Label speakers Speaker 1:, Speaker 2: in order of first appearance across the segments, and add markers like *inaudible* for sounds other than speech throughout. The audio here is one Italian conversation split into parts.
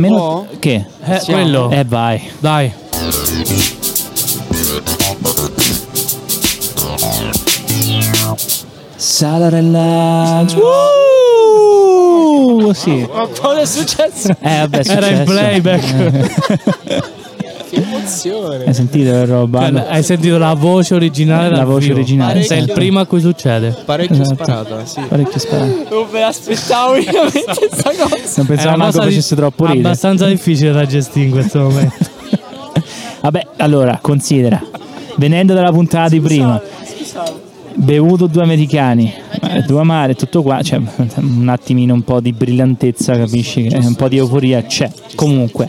Speaker 1: Meno
Speaker 2: Oh.
Speaker 1: che?
Speaker 3: Eh,
Speaker 2: Sì.
Speaker 3: quello.
Speaker 1: Eh vai.
Speaker 3: Dai.
Speaker 1: Salarella. Uh, sì.
Speaker 2: Ma cosa è successo?
Speaker 1: Eh vabbè, è
Speaker 3: Era in
Speaker 1: successo. Eh,
Speaker 3: playback.
Speaker 2: che emozione.
Speaker 1: Hai sentito che roba?
Speaker 3: Cioè,
Speaker 1: Allora,
Speaker 3: Hai sentito la voce originale?
Speaker 1: La
Speaker 3: dal
Speaker 1: voce
Speaker 3: vivo.
Speaker 1: originale, certo.
Speaker 3: Sei
Speaker 2: sì.
Speaker 3: il primo a cui succede.
Speaker 2: Parecchio
Speaker 1: Esatto.
Speaker 2: sparata, sì.
Speaker 1: Parecchio sparato.
Speaker 2: Non me l'aspettavo veramente questa cosa.
Speaker 1: Non pensavo
Speaker 3: È una
Speaker 1: manco
Speaker 3: cosa di-
Speaker 1: facesse troppo ridere.
Speaker 3: Abbastanza difficile da gestire in questo momento.
Speaker 1: *laughs* Vabbè, allora, considera. Venendo dalla puntata di prima, bevuto due americani, eh, due amare, tutto qua, cioè, *laughs* un attimino un po' di brillantezza, capisci? Eh, Un po' di euforia c'è. Comunque,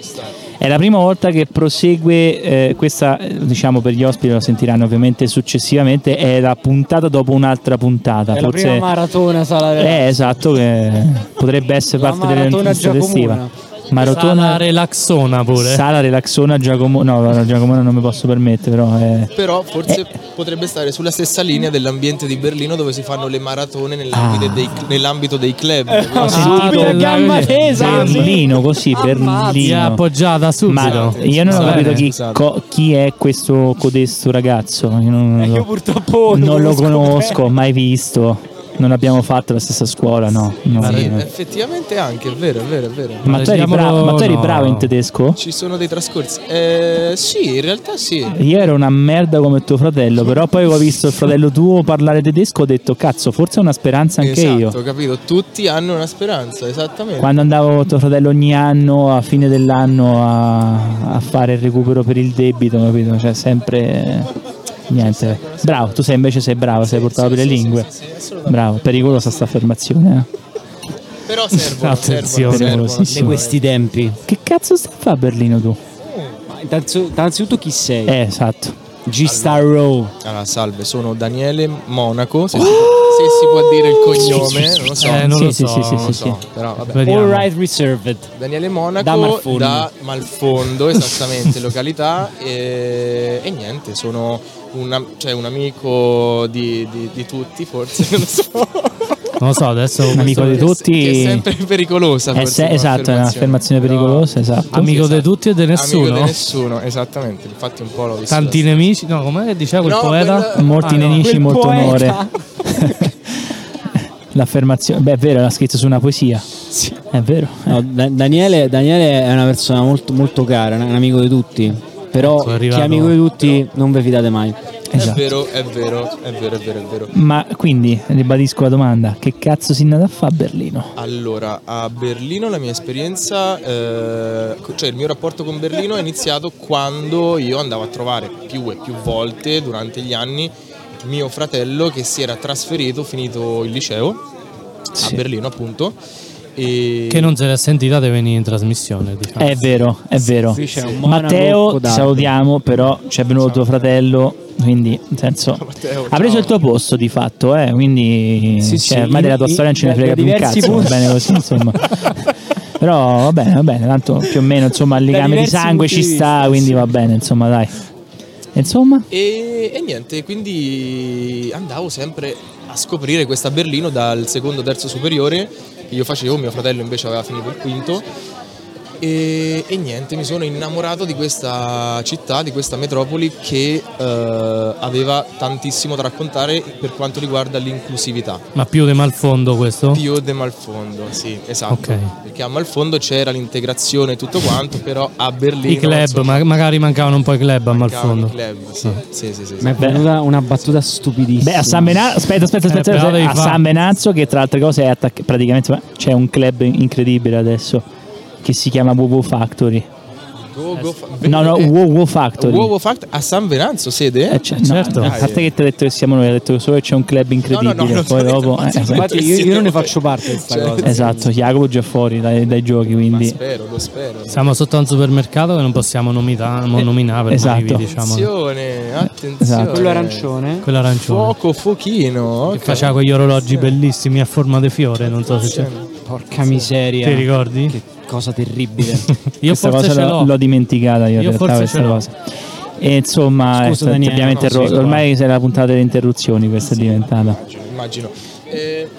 Speaker 1: è la prima volta che prosegue, eh, questa eh, diciamo per gli ospiti lo sentiranno ovviamente successivamente, è la puntata dopo un'altra puntata.
Speaker 2: È la prima
Speaker 1: Forse...
Speaker 4: Eh.
Speaker 2: maratona Salarella.
Speaker 1: Eh, esatto, che potrebbe essere
Speaker 2: La
Speaker 1: parte dell'intervista
Speaker 2: maratona
Speaker 1: estiva.
Speaker 3: Maratona
Speaker 1: Maratona
Speaker 3: relaxona pure.
Speaker 1: Sala Relaxona Giacomo. No, no, Giacomo non mi posso permettere, però eh, è.
Speaker 5: *laughs* Però forse potrebbe stare sulla stessa linea dell'ambiente di Berlino dove si fanno le maratone nell'ambito,
Speaker 1: Ah.
Speaker 5: dei, nell'ambito dei club.
Speaker 4: Eh.
Speaker 1: Ho
Speaker 4: Ah,
Speaker 3: subito,
Speaker 1: sentito
Speaker 3: gamma tesa,
Speaker 1: Berlino così,
Speaker 3: Si è
Speaker 1: Berlino.
Speaker 3: appoggiata
Speaker 1: Ma
Speaker 3: subito.
Speaker 1: io non ho
Speaker 3: Va
Speaker 1: capito
Speaker 3: bene.
Speaker 1: chi, co- chi è questo codesto ragazzo. Io non, non
Speaker 4: Eh,
Speaker 2: Io
Speaker 1: lo,
Speaker 2: purtroppo
Speaker 1: non lo conosco, mai visto. Non abbiamo fatto la stessa scuola, no. no,
Speaker 5: Sì,
Speaker 1: no.
Speaker 5: effettivamente anche, è vero, è vero, è vero.
Speaker 1: Ma, tu eri
Speaker 3: Leggiamolo,
Speaker 1: bravo, ma tu eri
Speaker 3: no.
Speaker 1: bravo in tedesco?
Speaker 5: Ci sono dei trascorsi. Eh, sì, in realtà sì.
Speaker 1: Io ero una merda come tuo fratello, però poi ho visto il fratello tuo parlare tedesco ho detto cazzo, forse è una speranza anche
Speaker 5: esatto,
Speaker 1: io.
Speaker 5: capito. Tutti hanno una speranza, esattamente.
Speaker 1: Quando andavo con tuo fratello ogni anno, a fine dell'anno, a, a fare il recupero per il debito, capito? Cioè, sempre. Niente. Bravo, tu sei invece sei bravo, sei portato per le lingue. Bravo, pericolosa sta affermazione. eh.
Speaker 5: Però servono,
Speaker 3: Attenzione.
Speaker 5: servono, servono.
Speaker 1: Pericolosissimo.
Speaker 2: di questi tempi.
Speaker 1: Che cazzo stai a fare a Berlino tu?
Speaker 2: Ma innanzi- innanzitutto chi sei?
Speaker 1: Eh, esatto.
Speaker 2: G-Star Row.
Speaker 5: Allora, salve, sono Daniele Monaco, se, si, se si può dire il cognome, non lo so.
Speaker 3: Eh, non
Speaker 1: Sì,
Speaker 3: lo
Speaker 1: sì,
Speaker 3: so.
Speaker 1: sì, sì,
Speaker 5: non
Speaker 1: sì.
Speaker 5: lo so, però vabbè.
Speaker 3: Vediamo.
Speaker 2: All right reserved.
Speaker 5: Daniele Monaco
Speaker 2: Da Malfondo.
Speaker 5: da Malfondo, esattamente,
Speaker 1: *laughs*
Speaker 5: località e, e niente, sono un am- cioè, un amico di, di- di tutti forse, *laughs* non lo so,
Speaker 3: Non lo so, adesso
Speaker 1: Amico di
Speaker 5: che è
Speaker 1: tutti.
Speaker 5: sempre pericolosa.
Speaker 1: Eh, se-
Speaker 5: forse come
Speaker 1: esatto, è un'affermazione
Speaker 5: però-
Speaker 1: pericolosa, esatto.
Speaker 3: Amico di tutti e di
Speaker 5: Amico
Speaker 3: nessuno.
Speaker 5: di nessuno, esattamente, infatti un po' l'ho visto.
Speaker 3: Tanti nemici. No, com'è che diceva quel
Speaker 5: No,
Speaker 3: poeta?
Speaker 5: quel-
Speaker 1: Molti
Speaker 3: Ah, no.
Speaker 1: nemici,
Speaker 2: Quel
Speaker 1: molto
Speaker 2: poeta.
Speaker 1: onore. L'affermazione, beh, è vero, l'ha scritto su una poesia. È vero. eh.
Speaker 4: No, Da- Daniele, Daniele è una persona molto, molto cara, un un amico di tutti. Però
Speaker 3: Sono
Speaker 4: chi
Speaker 3: arrivato-
Speaker 4: è amico di tutti non vi fidate mai.
Speaker 5: È
Speaker 1: Esatto.
Speaker 5: vero, è vero, è vero, è vero, è vero.
Speaker 1: Ma quindi ribadisco la domanda: che cazzo si è andato a fare a Berlino?
Speaker 5: Allora, a Berlino la mia esperienza, eh, co- cioè il mio rapporto con Berlino è iniziato quando io andavo a trovare più e più volte durante gli anni mio fratello che si era trasferito, finito il liceo
Speaker 1: Sì.
Speaker 5: a Berlino appunto. E
Speaker 3: Che non se l'è sentita di venire in trasmissione. Diciamo.
Speaker 1: È vero, è vero.
Speaker 4: Qui c'è un monaco
Speaker 1: Matteo, ti
Speaker 4: codardo.
Speaker 1: salutiamo, però c'è venuto tuo fratello, quindi nel
Speaker 4: *laughs*
Speaker 1: senso.
Speaker 5: Matteo,
Speaker 1: Ha preso
Speaker 5: ciao.
Speaker 1: il tuo posto di fatto, eh, quindi
Speaker 4: Sì,
Speaker 1: cioè,
Speaker 4: sì,
Speaker 1: ormai
Speaker 4: in-
Speaker 1: della tua
Speaker 4: in-
Speaker 1: storia non ce ne
Speaker 4: da-
Speaker 1: frega
Speaker 4: da
Speaker 1: più un
Speaker 4: diversi
Speaker 1: cazzo, va
Speaker 4: punti.
Speaker 1: bene così,
Speaker 4: *laughs*
Speaker 1: insomma. Però va bene, va bene, tanto più o meno insomma il legame di
Speaker 4: diversi
Speaker 1: sangue
Speaker 4: punti
Speaker 1: ci
Speaker 4: di
Speaker 1: sta,
Speaker 4: vista,
Speaker 1: quindi
Speaker 4: sì.
Speaker 1: va bene, insomma, dai. Insomma,
Speaker 5: E, e niente, quindi andavo sempre a scoprire questa Berlino dal secondo, terzo superiore, che io facevo, mio fratello invece aveva finito il quinto. E, e niente, mi sono innamorato di questa città, di questa metropoli che eh, aveva tantissimo da raccontare per quanto riguarda l'inclusività.
Speaker 3: Ma più di Malfondo questo?
Speaker 5: Pio de Malfondo, sì, esatto.
Speaker 3: Ok.
Speaker 5: Perché a Malfondo c'era l'integrazione e tutto quanto, però a Berlino...
Speaker 3: I club,
Speaker 5: insomma,
Speaker 3: ma- magari mancavano un po' i club a
Speaker 5: mancavano
Speaker 3: Malfondo. Ah.
Speaker 5: i club, sì, sì, sì, sì, sì.
Speaker 4: Mi è venuta una battuta stupidissima.
Speaker 1: Beh, a San Benazzo, aspetta, aspetta,
Speaker 3: Eh,
Speaker 1: aspetta,
Speaker 3: però
Speaker 1: aspetta,
Speaker 3: devi
Speaker 1: a
Speaker 3: fa-
Speaker 1: San Benazzo che tra altre cose è attac- praticamente ma c'è un club incredibile adesso che si chiama WoW Factory.
Speaker 5: Go, go, fa-
Speaker 1: No, no,
Speaker 5: eh,
Speaker 1: WoW Factory.
Speaker 5: Uovo Fact a San Venanzo sede?
Speaker 1: Eh, cioè, no,
Speaker 3: Certo.
Speaker 1: A parte che ti ho detto che siamo noi, ho detto solo che c'è un club incredibile,
Speaker 5: No, no, no, non
Speaker 1: poi
Speaker 5: so
Speaker 1: dopo
Speaker 5: niente,
Speaker 1: eh,
Speaker 5: ma-
Speaker 1: esatto.
Speaker 4: Infatti io, io non ne faccio parte di questa
Speaker 5: Cioè-
Speaker 4: cosa.
Speaker 1: Esatto, Jacopo già fuori dai, dai giochi,
Speaker 5: Ma
Speaker 1: quindi
Speaker 5: spero, lo spero.
Speaker 3: Siamo sotto a un supermercato che non possiamo nomita-
Speaker 5: Eh,
Speaker 3: mo- nominare per
Speaker 1: esatto.
Speaker 3: motivi,
Speaker 5: oh.
Speaker 3: diciamo.
Speaker 5: Attenzione, attenzione.
Speaker 1: Esatto.
Speaker 2: Quello arancione.
Speaker 3: Quell'arancione.
Speaker 5: Fuoco, fuochino.
Speaker 3: Che
Speaker 5: ok.
Speaker 3: faceva quegli orologi bellissimi a forma di fiore, non so se c'è.
Speaker 4: Porca miseria.
Speaker 3: Ti ricordi?
Speaker 4: Che cosa terribile.
Speaker 3: Io
Speaker 1: questa
Speaker 3: forse
Speaker 1: cosa
Speaker 3: ce
Speaker 1: l'ho,
Speaker 3: l'ho.
Speaker 1: l'ho dimenticata io, in
Speaker 3: Io
Speaker 1: realtà
Speaker 3: forse
Speaker 1: questa
Speaker 3: ce l'ho.
Speaker 1: cosa. E insomma,
Speaker 4: Scusa,
Speaker 1: è stato-
Speaker 4: Daniele,
Speaker 1: ti abbiamo
Speaker 4: no,
Speaker 1: interro-
Speaker 4: sì, qua.
Speaker 1: ormai sei la puntata delle interruzioni, questa è diventata.
Speaker 5: Immagino. *clears throat* Eh,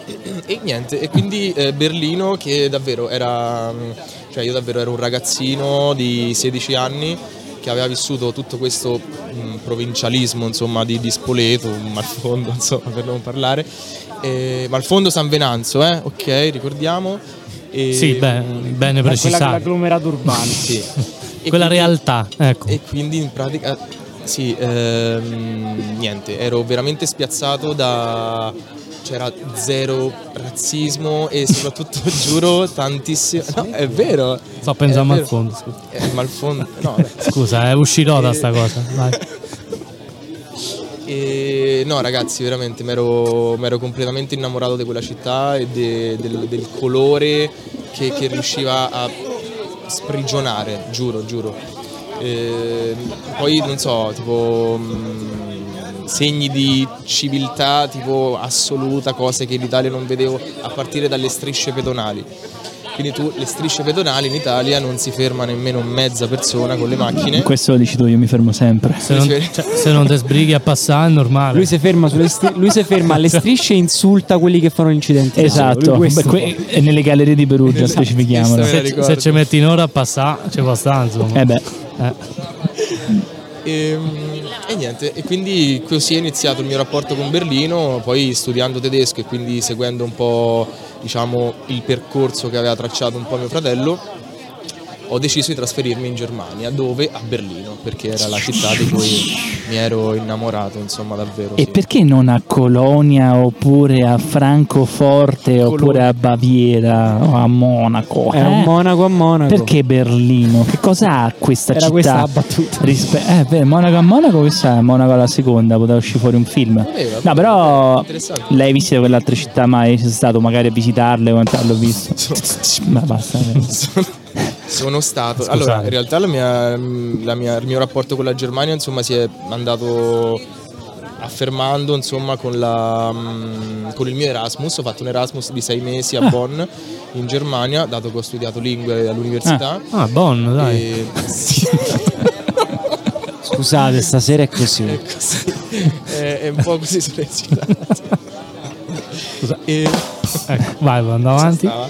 Speaker 5: E, niente, e quindi eh, Berlino che davvero era... mh, Cioè io davvero ero un ragazzino di 16 anni che aveva vissuto tutto questo mh, provincialismo insomma, di, di Spoleto, Malfondo *laughs* insomma, per non parlare, Eh, Malfondo San Venanzo, eh? ok, ricordiamo. E- mm,
Speaker 3: Sì, beh,
Speaker 5: Eh,
Speaker 3: bene
Speaker 2: Quella
Speaker 3: precisato. Quella,
Speaker 2: dell'agglomerato urbano.
Speaker 5: Sì. E quindi- Eh.
Speaker 3: realtà, ecco.
Speaker 5: e quindi in pratica sì, ehm, niente, ero veramente spiazzato da c'era zero razzismo e soprattutto *laughs* giuro tantissimo no, è vero.
Speaker 3: Sto pensando
Speaker 5: È
Speaker 3: al
Speaker 5: vero.
Speaker 3: fondo. scusa.
Speaker 5: Eh, Malfondo,
Speaker 3: *laughs*
Speaker 5: no. beh.
Speaker 3: Scusa, è uscito da sta cosa.
Speaker 5: *laughs*
Speaker 3: Vai.
Speaker 5: E, no, ragazzi, veramente mi ero completamente innamorato di quella città e de- del, del colore che, che riusciva a sprigionare, giuro, giuro. E, poi non so, tipo mh, segni di civiltà tipo assoluta, cose che in Italia non vedevo a partire dalle strisce pedonali. Quindi tu le strisce pedonali in Italia non si ferma nemmeno mezza persona con le macchine.
Speaker 1: Questo lo dici tu, io mi fermo sempre.
Speaker 3: Se non,
Speaker 5: Sì.
Speaker 3: cioè, se non ti sbrighi a passare è normale.
Speaker 2: Lui si ferma, sulle stri- lui si ferma alle strisce e insulta quelli che fanno incidenti. di
Speaker 1: Esatto,
Speaker 2: lavoro. Lui questo
Speaker 1: Beh, que- è nelle gallerie di Perugia specifichiamolo.
Speaker 5: Esatto.
Speaker 3: se,
Speaker 5: me la
Speaker 3: se
Speaker 5: ricordo.
Speaker 3: ci metti un'ora a passare, ci può stare, insomma.
Speaker 1: Eh beh,
Speaker 3: Eh.
Speaker 5: E, mm, e niente, e quindi così è iniziato il mio rapporto con Berlino, poi studiando tedesco e quindi seguendo un po' diciamo, il percorso che aveva tracciato un po' mio fratello, ho deciso di trasferirmi in Germania, dove? A Berlino, perché era la città di cui mi ero innamorato, insomma davvero.
Speaker 1: e
Speaker 5: sì.
Speaker 1: perché non a Colonia oppure a Francoforte oppure a Baviera o a Monaco?
Speaker 2: È un
Speaker 1: eh?
Speaker 2: monaco a monaco.
Speaker 1: Perché Berlino? Che cosa ha questa
Speaker 2: Era
Speaker 1: città?
Speaker 2: questa la battuta.
Speaker 1: Rispe- eh, beh, Monaco a Monaco, questa è Monaco alla seconda, poteva uscire fuori un film.
Speaker 5: Eh, vabbè,
Speaker 1: No, però
Speaker 5: interessante.
Speaker 1: lei visita quell'altra città mai? C'è stato magari a visitarle o quant'altro, l'ho visto.
Speaker 2: *laughs*
Speaker 1: Ma basta. eh.
Speaker 5: Sono stato. Allora, in realtà la mia- la mia- il mio rapporto con la Germania insomma, si è andato affermando insomma, con, la, mm, con il mio Erasmus. Ho fatto un Erasmus di sei mesi
Speaker 3: Ah.
Speaker 5: a Bonn, in Germania, dato che ho studiato lingue all'università.
Speaker 3: Ah, Bonn, dai.
Speaker 5: E- *laughs* sì,
Speaker 4: Scusate, stasera è così.
Speaker 5: è così. È, è un po' così sulle *laughs* città. E-
Speaker 3: Ecco, vai, andiamo avanti.
Speaker 5: stava.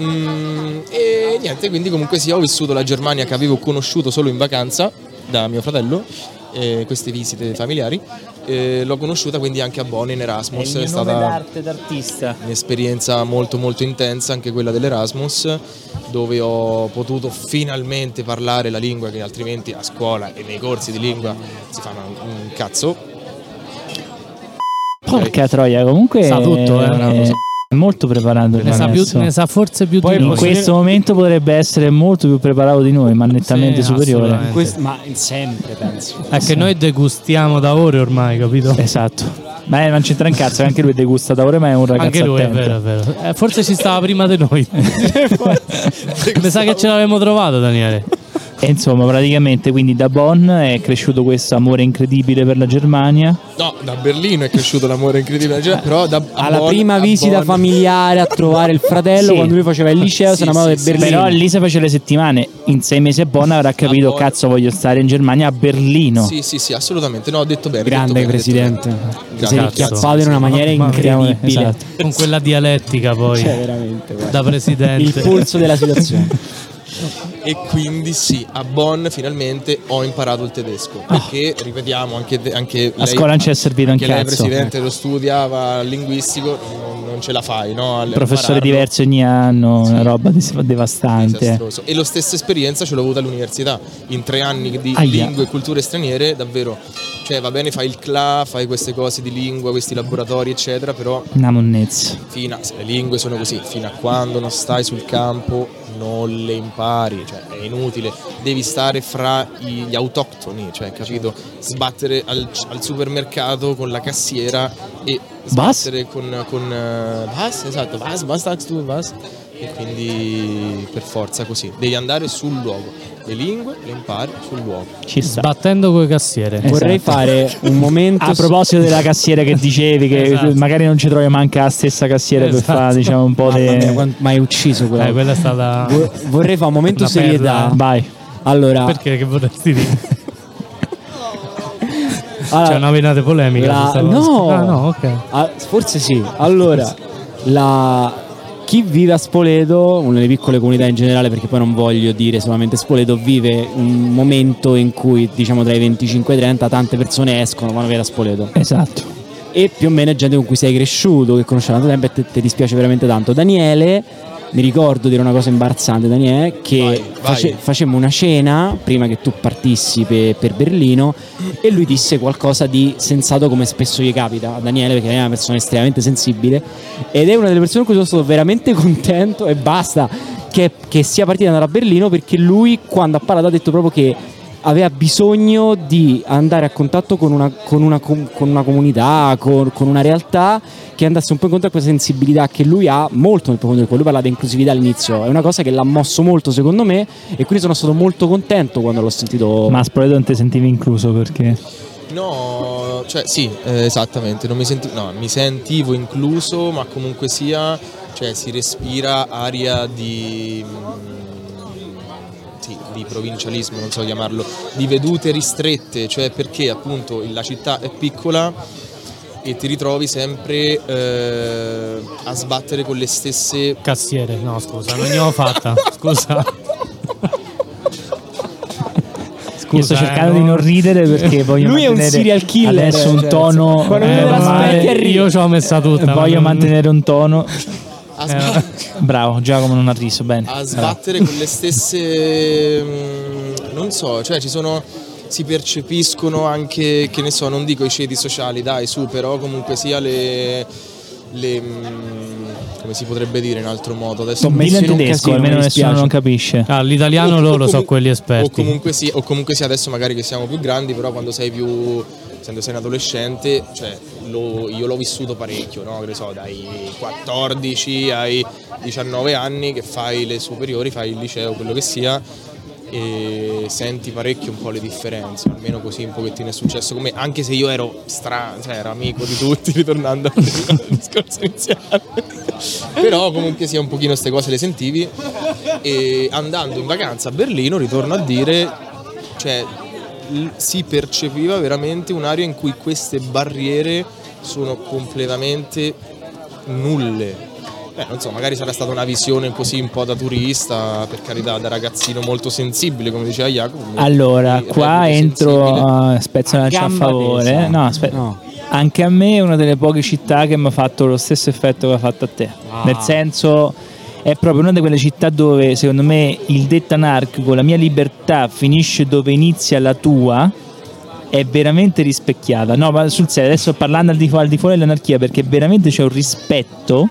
Speaker 5: Mm, e niente, quindi comunque sì, ho vissuto la Germania che avevo conosciuto solo in vacanza da mio fratello, eh, queste visite familiari. eh, l'ho conosciuta quindi anche a Bonn in Erasmus,
Speaker 2: Cioè,
Speaker 5: è stata
Speaker 1: d'artista.
Speaker 5: un'esperienza molto molto intensa anche quella dell'Erasmus, dove ho potuto finalmente parlare la lingua che altrimenti a scuola e nei corsi di lingua si fanno un- un cazzo.
Speaker 1: Porca troia, comunque.
Speaker 3: Sa tutto, eh.
Speaker 1: È molto preparato. il
Speaker 3: Ne sa, più-
Speaker 1: ragazzo.
Speaker 3: ne sa forse più
Speaker 1: Poi
Speaker 3: di
Speaker 1: in
Speaker 3: noi.
Speaker 1: questo momento potrebbe essere molto più preparato di noi, ma nettamente
Speaker 3: Sì,
Speaker 1: superiore.
Speaker 3: assolutamente.
Speaker 2: Questo- ma sempre penso.
Speaker 3: È che noi degustiamo da ore ormai, capito?
Speaker 1: Esatto. Ma eh, non c'entra un cazzo, anche lui degusta da ore, ma è un ragazzo
Speaker 3: Anche lui, è
Speaker 1: attento.
Speaker 3: vero, è vero. Eh, forse ci stava prima di
Speaker 2: *laughs*
Speaker 3: noi. Mi sa che ce l'avevamo trovato, Daniele.
Speaker 1: E insomma, praticamente quindi da Bonn è cresciuto questo amore incredibile per la Germania.
Speaker 5: No, da Berlino è cresciuto l'amore incredibile, della Germania, però da, a
Speaker 2: Alla
Speaker 5: Bonn-
Speaker 2: prima
Speaker 5: a
Speaker 2: visita
Speaker 5: Bonn-
Speaker 2: familiare a trovare il fratello
Speaker 1: Sì.
Speaker 2: quando lui faceva il liceo,
Speaker 5: Sì,
Speaker 2: si innamorava
Speaker 5: sì,
Speaker 2: di
Speaker 5: sì,
Speaker 2: Berlino.
Speaker 1: Però lì se face le settimane, in sei mesi a Bonn avrà capito,
Speaker 5: Bonn.
Speaker 1: cazzo voglio stare in Germania, a Berlino.
Speaker 5: Sì, sì, sì, assolutamente. No, ho detto bene. detto
Speaker 2: Grande
Speaker 5: bene, detto bene.
Speaker 2: presidente. Ti
Speaker 5: Grazie.
Speaker 2: sei acchiappato in una maniera
Speaker 3: Ma- ma-
Speaker 2: incredibile.
Speaker 1: esatto.
Speaker 3: Con quella dialettica poi,
Speaker 2: Cioè, veramente, guarda.
Speaker 3: da
Speaker 2: Il
Speaker 3: presidente.
Speaker 2: polso della situazione.
Speaker 5: E quindi sì, a Bonn finalmente ho imparato il tedesco. Perché, ripetiamo, anche, anche
Speaker 1: A Ah. scuola non ci è servito un
Speaker 5: anche lei,
Speaker 1: cazzo. eh.
Speaker 5: presidente, lo studiava al linguistico, non, non ce la fai, no? Al-
Speaker 1: Professore
Speaker 5: impararlo.
Speaker 1: diverso ogni anno, una roba dis- devastante.
Speaker 5: Disastroso. E lo stessa esperienza ce l'ho avuta all'università, in tre anni di
Speaker 1: Aia.
Speaker 5: lingue e culture straniere, davvero. Cioè, va bene, fai il CLA, fai queste cose di lingua, questi laboratori, eccetera, però
Speaker 1: Una monnezza.
Speaker 5: fino a, se le lingue sono così, fino a quando non stai sul campo non le impari, cioè è inutile, devi stare fra i- gli autoctoni, cioè capito? Sbattere al, al supermercato con la cassiera e
Speaker 1: Bas?
Speaker 5: sbattere con, con eh, Bas, esatto, Bas, Bas, Tax, tu, Bas. E quindi per forza così, devi andare sul luogo, le lingue le impari sul luogo.
Speaker 1: Ci sta.
Speaker 3: Battendo col cassiere.
Speaker 1: Eh,
Speaker 2: Vorrei
Speaker 1: Esatto.
Speaker 2: fare un momento.
Speaker 1: A proposito della cassiera che dicevi, che
Speaker 3: Esatto.
Speaker 1: magari non ci trovi manca la stessa cassiera per
Speaker 3: Esatto.
Speaker 1: fare diciamo un po' di.
Speaker 2: Mamma mia, quanto- ma hai ucciso quella.
Speaker 3: Eh, quella è stata.
Speaker 2: Vor- Vorrei fare un momento
Speaker 3: Una
Speaker 2: serietà.
Speaker 3: perla.
Speaker 1: Vai.
Speaker 2: Allora,
Speaker 3: Perché che vorresti dire?
Speaker 2: allora,
Speaker 3: C'è una venata polemica.
Speaker 2: la-
Speaker 3: Ah, su sta cosa.
Speaker 2: no.
Speaker 3: Ah, no, ok.
Speaker 2: ah, forse sì. Allora, la-
Speaker 4: chi vive a Spoleto, o nelle piccole comunità in generale, perché poi non voglio dire solamente Spoleto, vive un momento in cui diciamo tra i 25 e i 30 tante persone escono, vanno via da Spoleto.
Speaker 1: Esatto.
Speaker 4: E più o meno è gente con cui sei cresciuto, che conosci da tanto tempo e te- te ti dispiace veramente tanto. Daniele, mi ricordo dire una cosa imbarazzante, Daniele, che
Speaker 5: Vai, vai.
Speaker 4: face- facemmo una cena prima che tu partissi pe- per Berlino e lui disse qualcosa di sensato come spesso gli capita a Daniele, perché è una persona estremamente sensibile ed è una delle persone con cui sono stato veramente contento e basta che, che sia partita da Berlino perché lui quando ha parlato ha detto proprio che aveva bisogno di andare a contatto con una, con una com- con una comunità, con, con una realtà che andasse un po' incontro a questa sensibilità che lui ha molto nel profondo del cuore. Lui parlava di inclusività all'inizio, è una cosa che l'ha mosso molto secondo me e quindi sono stato molto contento quando l'ho sentito.
Speaker 1: Ma a Spoleto non ti sentivi incluso perché
Speaker 5: No, cioè sì, eh, esattamente, non mi, senti- no, mi sentivo incluso, ma comunque sia, cioè, si respira aria di, mm, sì, di provincialismo, non so chiamarlo, di vedute ristrette, cioè perché appunto la città è piccola e ti ritrovi sempre eh, a sbattere con le stesse...
Speaker 3: Cassiere, no scusa, non gliel'ho
Speaker 5: *laughs*
Speaker 3: fatta. Scusa. Scusa,
Speaker 1: io sto
Speaker 3: eh,
Speaker 1: cercando
Speaker 3: no.
Speaker 1: di non ridere
Speaker 4: *laughs*
Speaker 1: perché voglio
Speaker 4: Lui è un
Speaker 1: mantenere
Speaker 4: serial killer,
Speaker 1: adesso un
Speaker 4: cioè,
Speaker 1: tono
Speaker 4: quando
Speaker 1: eh,
Speaker 4: me la
Speaker 1: normale.
Speaker 4: specchi arriva.
Speaker 3: io ci ho messa tutta.
Speaker 1: Eh, voglio
Speaker 3: ma-
Speaker 1: mantenere un tono
Speaker 5: a sba-
Speaker 1: bravo Giacomo non ha riso bene Eh.
Speaker 5: a sbattere con le stesse mm, non so, cioè ci sono si percepiscono anche che ne so, non dico i ceti sociali, dai, su, però comunque sia le le mm, come si potrebbe dire in altro modo adesso
Speaker 1: Sono
Speaker 4: messo
Speaker 1: in
Speaker 4: in un
Speaker 1: tedesco
Speaker 4: casino,
Speaker 1: almeno
Speaker 4: mi
Speaker 1: nessuno
Speaker 4: dispiace.
Speaker 1: non capisce
Speaker 3: Ah, l'italiano
Speaker 5: O- o
Speaker 3: loro so
Speaker 5: comu-
Speaker 3: quelli esperti.
Speaker 5: O comunque, sì, o comunque sì, adesso magari che siamo più grandi, però quando sei più. Essendo sei un adolescente, cioè, lo- io l'ho vissuto parecchio, no? Che ne so, dai 14 ai 19 anni che fai le superiori, fai il liceo, quello che sia, e senti parecchio un po' le differenze, almeno così un pochettino è successo con me, anche se io ero stra, cioè ero amico di tutti, *laughs* ritornando al discorso iniziale. Però comunque sia un pochino queste cose le sentivi e andando in vacanza a Berlino, ritorno a dire, cioè l- si percepiva veramente un'area in cui queste barriere sono completamente nulle. Beh, non so, magari sarà stata una visione così un po' da turista, per carità, da ragazzino molto sensibile, come diceva Jacopo.
Speaker 1: allora
Speaker 5: Quindi,
Speaker 1: qua
Speaker 5: reputo
Speaker 1: entro
Speaker 5: sensibile.
Speaker 1: uh, spezzo una lancia a
Speaker 4: gamba
Speaker 1: favore
Speaker 4: tesa.
Speaker 1: no aspetta
Speaker 4: No.
Speaker 1: anche a me è una delle poche città che mi ha fatto lo stesso effetto che ha fatto a te nel senso è proprio una di quelle città dove secondo me il detto anarchico la mia libertà finisce dove inizia la tua è veramente rispecchiata. No, ma sul serio, adesso parlando al di, fu- al di fuori dell'anarchia, perché veramente c'è un rispetto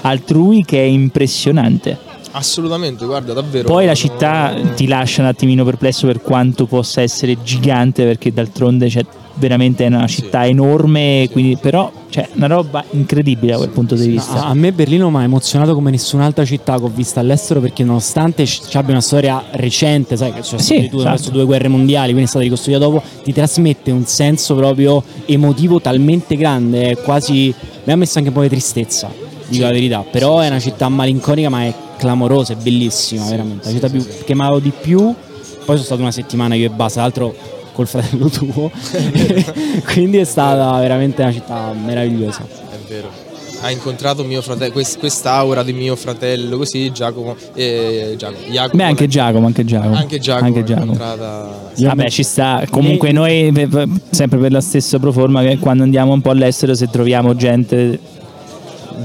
Speaker 1: altrui che è impressionante.
Speaker 5: Assolutamente, guarda, davvero.
Speaker 1: Poi la città ti lascia un attimino perplesso per quanto possa essere gigante, perché d'altronde c'è veramente è una città enorme, quindi, però c'è una roba incredibile da quel punto di vista.
Speaker 4: A a me Berlino mi ha emozionato come nessun'altra città che ho visto all'estero perché nonostante ci ci abbia una storia recente, sai che c'è
Speaker 1: Sì,
Speaker 4: sì, due,
Speaker 1: esatto.
Speaker 4: verso due guerre mondiali, quindi è stata ricostruita dopo, ti trasmette un senso proprio emotivo talmente grande, è quasi mi ha messo anche un po' di tristezza, dico la verità, però è una città malinconica ma è clamorosa, è bellissima veramente, la città più, che amavo di più, poi sono stata una settimana io e basta, tra l'altro col fratello tuo, *laughs* quindi è stata veramente una città meravigliosa.
Speaker 5: È vero. Ha incontrato mio fratello, quest- quest'aura di mio fratello, così Giacomo. Eh, Giacomo, Jacopo
Speaker 1: Beh, anche
Speaker 5: l'ha-
Speaker 1: Giacomo, anche Giacomo.
Speaker 5: Anche Giacomo. eh,
Speaker 1: Anche
Speaker 5: l'ha
Speaker 1: Giacomo.
Speaker 5: incontrata-
Speaker 1: Vabbè, ci sta. Comunque, noi per- per- sempre per la stessa proforma che quando andiamo un po' all'estero, se troviamo gente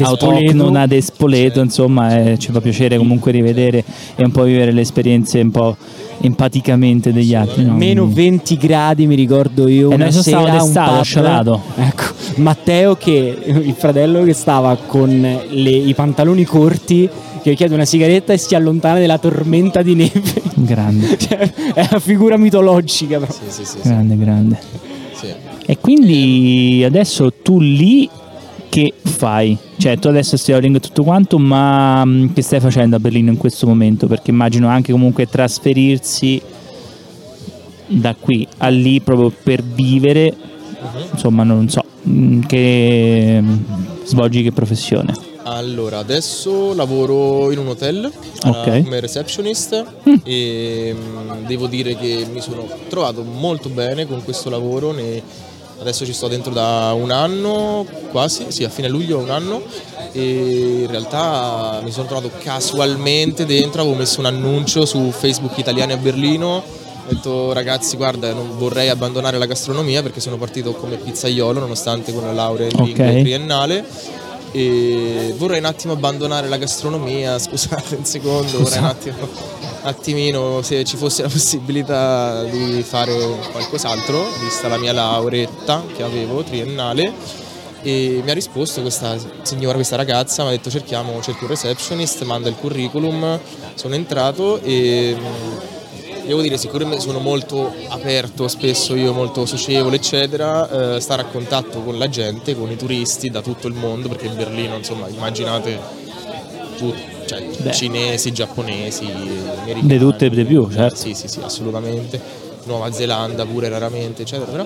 Speaker 1: autoctona di Spoleto, insomma, eh, ci fa piacere comunque rivedere e un po' vivere le esperienze un po' empaticamente degli altri. no?
Speaker 4: meno 20 gradi mi ricordo io
Speaker 1: E
Speaker 4: una
Speaker 1: noi sono
Speaker 4: sera
Speaker 1: stavo
Speaker 4: a un
Speaker 1: d'estate,
Speaker 4: pub.
Speaker 1: scelato.
Speaker 4: ecco Matteo che il fratello che stava con le- i pantaloni corti che chiede una sigaretta e si allontana della tormenta di neve *laughs*
Speaker 1: Grande,
Speaker 4: Cioè, è una figura mitologica però.
Speaker 5: Sì, sì, sì, sì,
Speaker 1: grande, grande.
Speaker 5: sì.
Speaker 1: E quindi adesso tu lì che fai? Cioè, tu adesso stai Oring e tutto quanto, ma mh, che stai facendo a Berlino in questo momento? Perché immagino anche comunque trasferirsi da qui a lì proprio per vivere, insomma, non so, mh, che mh, svolgi che professione.
Speaker 5: Allora, adesso lavoro in un hotel alla-
Speaker 1: Ok.
Speaker 5: come receptionist e mm, devo dire che mi sono trovato molto bene con questo lavoro. ne- Adesso ci sto dentro da un anno, quasi, sì, a fine luglio un anno e in realtà mi sono trovato casualmente dentro, avevo messo un annuncio su Facebook Italiani a Berlino, ho detto ragazzi guarda non vorrei abbandonare la gastronomia perché sono partito come pizzaiolo nonostante con la laurea in lingua
Speaker 1: Ok.
Speaker 5: triennale e vorrei un attimo abbandonare la gastronomia, *laughs* scusate un secondo, vorrei un attimo un attimino se ci fosse la possibilità di fare qualcos'altro, vista la mia lauretta che avevo triennale. E mi ha risposto questa signora, questa ragazza, mi ha detto cerchiamo, cerchi un receptionist, manda il curriculum, sono entrato e mh, devo dire siccome sono molto aperto spesso, io molto socievole eccetera, eh, stare a contatto con la gente, con i turisti da tutto il mondo, perché in Berlino insomma immaginate tutti. Cioè, cinesi, giapponesi, americani.
Speaker 1: De tutte e di più, certo.
Speaker 5: Sì, sì, sì, assolutamente. Nuova Zelanda pure raramente, eccetera. però.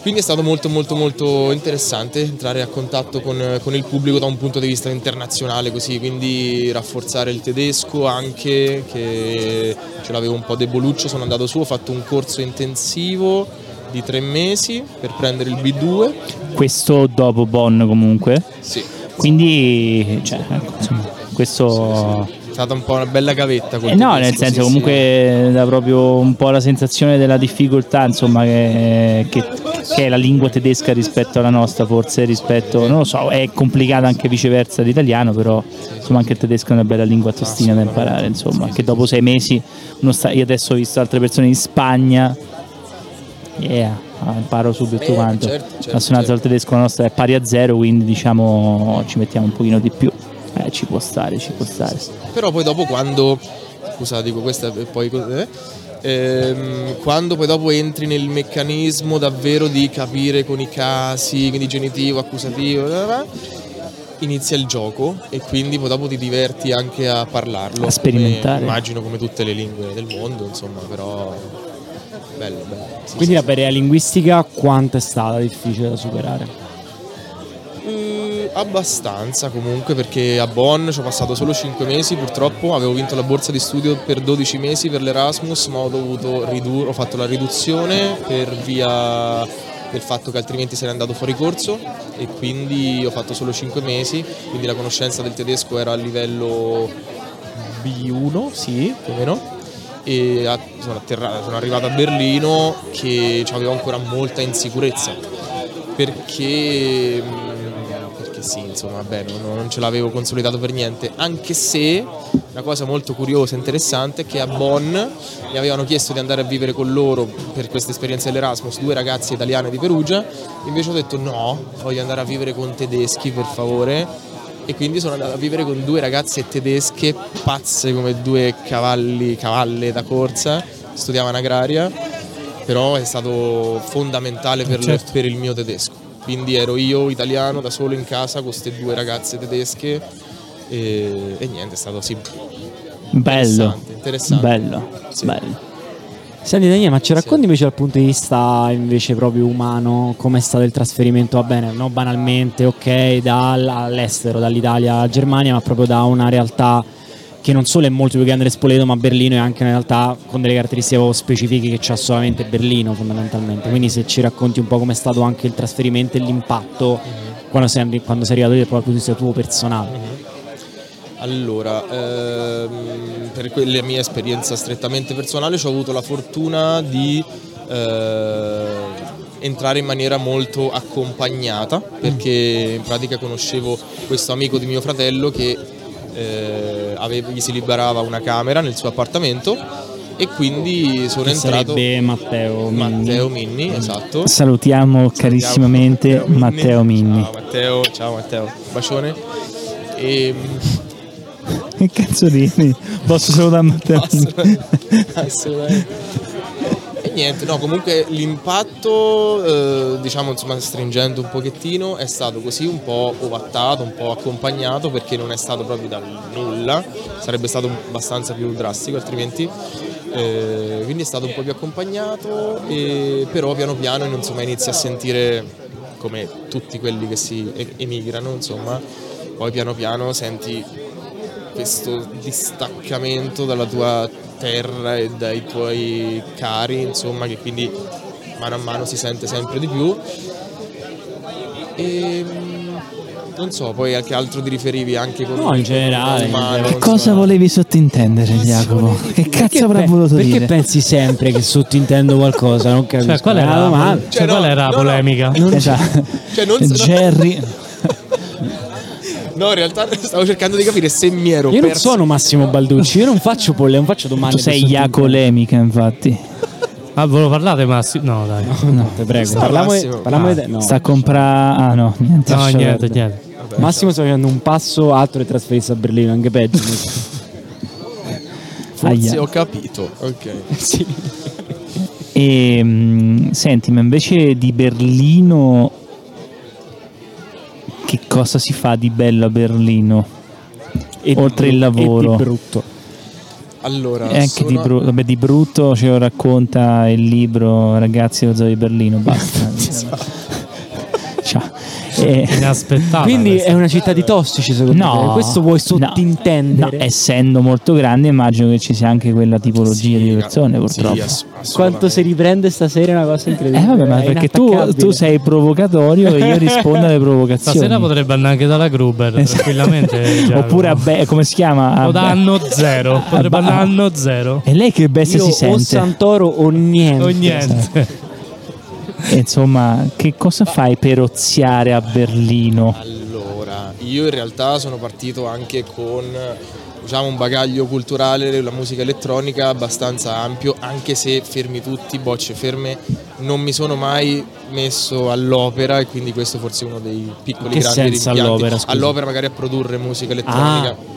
Speaker 5: Quindi è stato molto molto molto interessante entrare a contatto con, con il pubblico da un punto di vista internazionale così, quindi rafforzare il tedesco anche, che ce l'avevo un po' deboluccio, sono andato su, ho fatto un corso intensivo di tre mesi per prendere il B2.
Speaker 1: Questo dopo Bonn comunque.
Speaker 5: Sì.
Speaker 1: Quindi, cioè, ecco, insomma, questo...
Speaker 5: È stata un po' una bella gavetta col
Speaker 1: Eh no, nel
Speaker 5: tedesco,
Speaker 1: senso
Speaker 5: sì, sì.
Speaker 1: comunque dà proprio un po' la sensazione della difficoltà, insomma, che, che- che è la lingua tedesca rispetto alla nostra, forse rispetto, non lo so, è complicata anche viceversa l'italiano, però insomma anche il tedesco è una bella lingua tostina da imparare, insomma, che dopo sei mesi uno sta, io adesso ho visto altre persone in Spagna, yeah, ah, imparo subito
Speaker 5: Eh,
Speaker 1: tutto quanto,
Speaker 5: certo, certo,
Speaker 1: l'assonanza al
Speaker 5: certo.
Speaker 1: tedesco nostra è pari a zero, quindi diciamo ci mettiamo un pochino di più, eh, ci può stare, ci può stare.
Speaker 5: Però poi dopo quando scusa dico questa e poi eh, ehm, quando poi dopo entri nel meccanismo davvero di capire con i casi, quindi genitivo, accusativo, bla bla bla, inizia il gioco e quindi poi dopo ti diverti anche a parlarlo.
Speaker 1: A sperimentare.
Speaker 5: Come- immagino come tutte le lingue del mondo, insomma, però bello, bello. sì,
Speaker 4: Quindi
Speaker 5: sì,
Speaker 4: la barriera linguistica quanto è stata difficile da superare?
Speaker 5: Eh, abbastanza comunque perché a Bonn ci ho passato solo 5 mesi purtroppo, avevo vinto la borsa di studio per 12 mesi per l'Erasmus ma ho dovuto ridurre, ho fatto la riduzione per via del fatto che altrimenti sarei andato fuori corso e quindi ho fatto solo 5 mesi, quindi la conoscenza del tedesco era a livello B1, sì, più o meno. E a- sono, atterra- sono arrivato a Berlino che avevo ancora molta insicurezza perché mh, perché sì insomma vabbè non, non ce l'avevo consolidato per niente anche se una cosa molto curiosa e interessante è che a Bonn mi avevano chiesto di andare a vivere con loro per questa esperienza dell'Erasmus due ragazze italiane di Perugia invece ho detto no voglio andare a vivere con tedeschi per favore e quindi sono andato a vivere con due ragazze tedesche pazze come due cavalli, cavalle da corsa, studiavano agraria, però è stato fondamentale per, per il mio tedesco. Quindi ero io italiano da solo in casa con queste due ragazze tedesche e, e niente, è stato sì,
Speaker 1: Bello,
Speaker 5: Interessante, interessante.
Speaker 1: bello,
Speaker 5: Sì.
Speaker 1: bello.
Speaker 4: Senti Daniele, ma ci racconti invece dal punto di vista invece proprio umano com'è stato il trasferimento a bene, no banalmente, ok, dall'estero, dall'Italia alla Germania, ma proprio da una realtà che non solo è molto più grande di Spoleto, ma Berlino è anche una realtà con delle caratteristiche proprio specifiche che c'ha solamente Berlino fondamentalmente. Quindi se ci racconti un po' com'è stato anche il trasferimento e l'impatto quando sei, quando sei arrivato lì dal punto di vista tuo personale.
Speaker 5: Allora, ehm, per que- la mia esperienza strettamente personale ci ho avuto la fortuna di eh, entrare in maniera molto accompagnata perché in pratica conoscevo questo amico di mio fratello che eh, aveva- gli si liberava una camera nel suo appartamento e quindi sono
Speaker 4: Che
Speaker 5: entrato
Speaker 4: sarebbe Matteo. Minni.
Speaker 5: Matteo Minni, esatto.
Speaker 1: Salutiamo carissimamente
Speaker 5: Salutiamo
Speaker 1: Matteo Minni.
Speaker 5: Ciao Matteo, ciao Matteo, bacione. Ehm, E,
Speaker 1: Che cazzo dici? Posso salutare Matteo Minni?
Speaker 5: Assolutamente. Assolutamente. E niente, no, comunque l'impatto, eh, diciamo insomma, stringendo un pochettino, è stato così un po' ovattato, un po' accompagnato, perché non è stato proprio da nulla, sarebbe stato abbastanza più drastico altrimenti. Eh, quindi è stato un po' più accompagnato, e, però piano piano insomma, inizi a sentire come tutti quelli che si e- emigrano, insomma, poi piano piano senti questo distaccamento dalla tua terra e dai tuoi cari, insomma, che quindi mano a mano si sente sempre di più. E mm, non so, poi a che altro ti riferivi anche con
Speaker 4: No, in generale,
Speaker 5: umano,
Speaker 4: in
Speaker 5: non
Speaker 1: Che
Speaker 5: so.
Speaker 1: cosa volevi sottintendere, Giacomo? Che cazzo avrà
Speaker 4: Beh,
Speaker 1: voluto
Speaker 4: perché
Speaker 1: dire?
Speaker 4: pensi sempre che sottintendo qualcosa? Non capisco.
Speaker 3: Cioè, qual era
Speaker 4: Ah,
Speaker 3: la,
Speaker 4: ma-
Speaker 3: cioè,
Speaker 5: Cioè, no,
Speaker 3: qual era
Speaker 5: no,
Speaker 3: la
Speaker 5: no.
Speaker 3: polemica?
Speaker 1: Esatto.
Speaker 5: Cioè, non so-
Speaker 1: Jerry,
Speaker 5: No, in realtà *laughs* stavo cercando di capire se mi ero
Speaker 4: Io non
Speaker 5: perso.
Speaker 4: sono Massimo Balducci, io non faccio polle, non faccio domande.
Speaker 1: tu sei
Speaker 4: per
Speaker 1: iacolemica, infatti.
Speaker 3: Ah, ve lo parlate, Massimo? No, dai. No,
Speaker 4: sottintendere. Te prego,
Speaker 5: Sta
Speaker 4: parliamo,
Speaker 5: Massimo.
Speaker 4: parliamo di te. No.
Speaker 1: Sta a comprare. Ah, no, niente.
Speaker 4: lascia
Speaker 3: niente,
Speaker 4: perdere.
Speaker 3: niente.
Speaker 5: Vabbè,
Speaker 4: Massimo sta facendo un passo altro e trasferirsi a Berlino,
Speaker 1: *laughs*
Speaker 4: anche peggio.
Speaker 5: forse
Speaker 1: Aia.
Speaker 5: ho capito. Ok.
Speaker 1: E mh, senti, ma invece di Berlino, che cosa si fa di bello a Berlino?
Speaker 4: E di
Speaker 1: Oltre il
Speaker 4: bru-
Speaker 1: lavoro.
Speaker 4: E di brutto.
Speaker 5: Allora,
Speaker 1: E anche Eh, di,
Speaker 5: Ah, sono-
Speaker 1: bru- vabbè, di brutto ce lo racconta il libro Ragazzi lo zoo di Berlino. Basta. Ciao. Eh, E-
Speaker 3: Inaspettato.
Speaker 4: Quindi è una città di tossici, secondo me.
Speaker 1: No,
Speaker 4: Questo vuoi
Speaker 1: no,
Speaker 4: sottintendere?
Speaker 1: no, essendo molto grande, immagino che ci sia anche quella tipologia di persone,
Speaker 5: Sì,
Speaker 1: purtroppo.
Speaker 5: ass-
Speaker 4: Quanto si
Speaker 5: assolutamente.
Speaker 4: riprende stasera è una cosa incredibile.
Speaker 1: eh vabbè, ma
Speaker 4: è
Speaker 1: perché tu,
Speaker 4: inattaccabile.
Speaker 1: tu sei provocatorio e io rispondo alle provocazioni.
Speaker 3: Stasera potrebbe andare anche dalla Gruber,
Speaker 1: *laughs*
Speaker 3: tranquillamente. Giacomo.
Speaker 1: Esatto. Oppure a Be- come si chiama? A
Speaker 3: O da
Speaker 1: Be-
Speaker 3: anno zero. Potrebbe
Speaker 1: Ah, bah.
Speaker 3: andare anno zero.
Speaker 1: e lei che bestia
Speaker 4: Io
Speaker 1: si
Speaker 4: o
Speaker 1: sente?
Speaker 4: Santoro o niente.
Speaker 3: O
Speaker 1: Esatto.
Speaker 3: niente.
Speaker 1: E Insomma, che cosa fai per oziare a Berlino?
Speaker 5: Allora, io in realtà sono partito anche con diciamo, un bagaglio culturale della musica elettronica abbastanza ampio, anche se fermi tutti, bocce ferme, non mi sono mai messo all'opera e quindi questo forse è uno dei piccoli
Speaker 4: Che
Speaker 5: grandi
Speaker 4: senso
Speaker 5: rimpianti.
Speaker 4: all'opera, scusa?
Speaker 5: All'opera magari a produrre musica elettronica.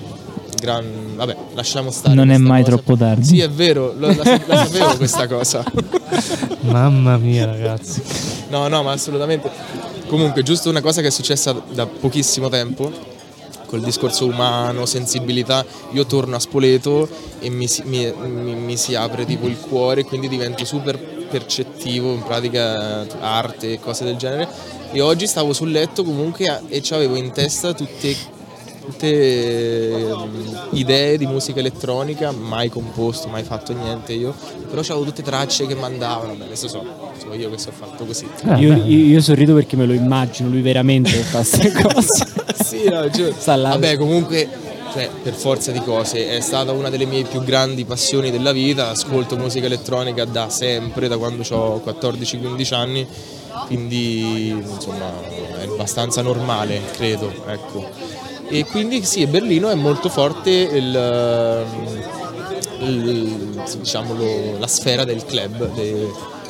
Speaker 5: Gran- Vabbè, lasciamo stare.
Speaker 1: Ah. Non è
Speaker 5: questa
Speaker 1: mai
Speaker 5: cosa.
Speaker 1: troppo tardi.
Speaker 5: Sì, è vero, lo- la, sa- la
Speaker 1: *laughs*
Speaker 5: sapevo questa cosa.
Speaker 1: Esatto.
Speaker 3: Mamma mia, ragazzi.
Speaker 5: No, no, ma assolutamente. Comunque, giusto una cosa che è successa da pochissimo tempo, col discorso umano, sensibilità, io torno a Spoleto e mi si, mi- mi- mi si apre tipo il cuore, quindi divento super percettivo, in pratica arte e cose del genere. E oggi stavo sul letto comunque a- e avevo in testa tutte, tutte ehm, idee di musica elettronica, mai composto, mai fatto niente io, però avevo tutte tracce che mandavano, Beh, adesso so, so io che so fatto così.
Speaker 4: Io, io- io sorrido perché me lo immagino, lui veramente che fa
Speaker 1: *laughs*
Speaker 4: queste cose.
Speaker 5: *laughs* sì, no, giuro.
Speaker 4: Sta là.
Speaker 5: Vabbè, comunque, cioè, per forza di cose, è stata una delle mie più grandi passioni della vita. Ascolto musica elettronica da sempre, da quando ho 14-15 anni. Quindi, insomma, è abbastanza normale, credo, ecco. E quindi sì, Berlino è molto forte il, il- diciamo, lo- la sfera del club, dei,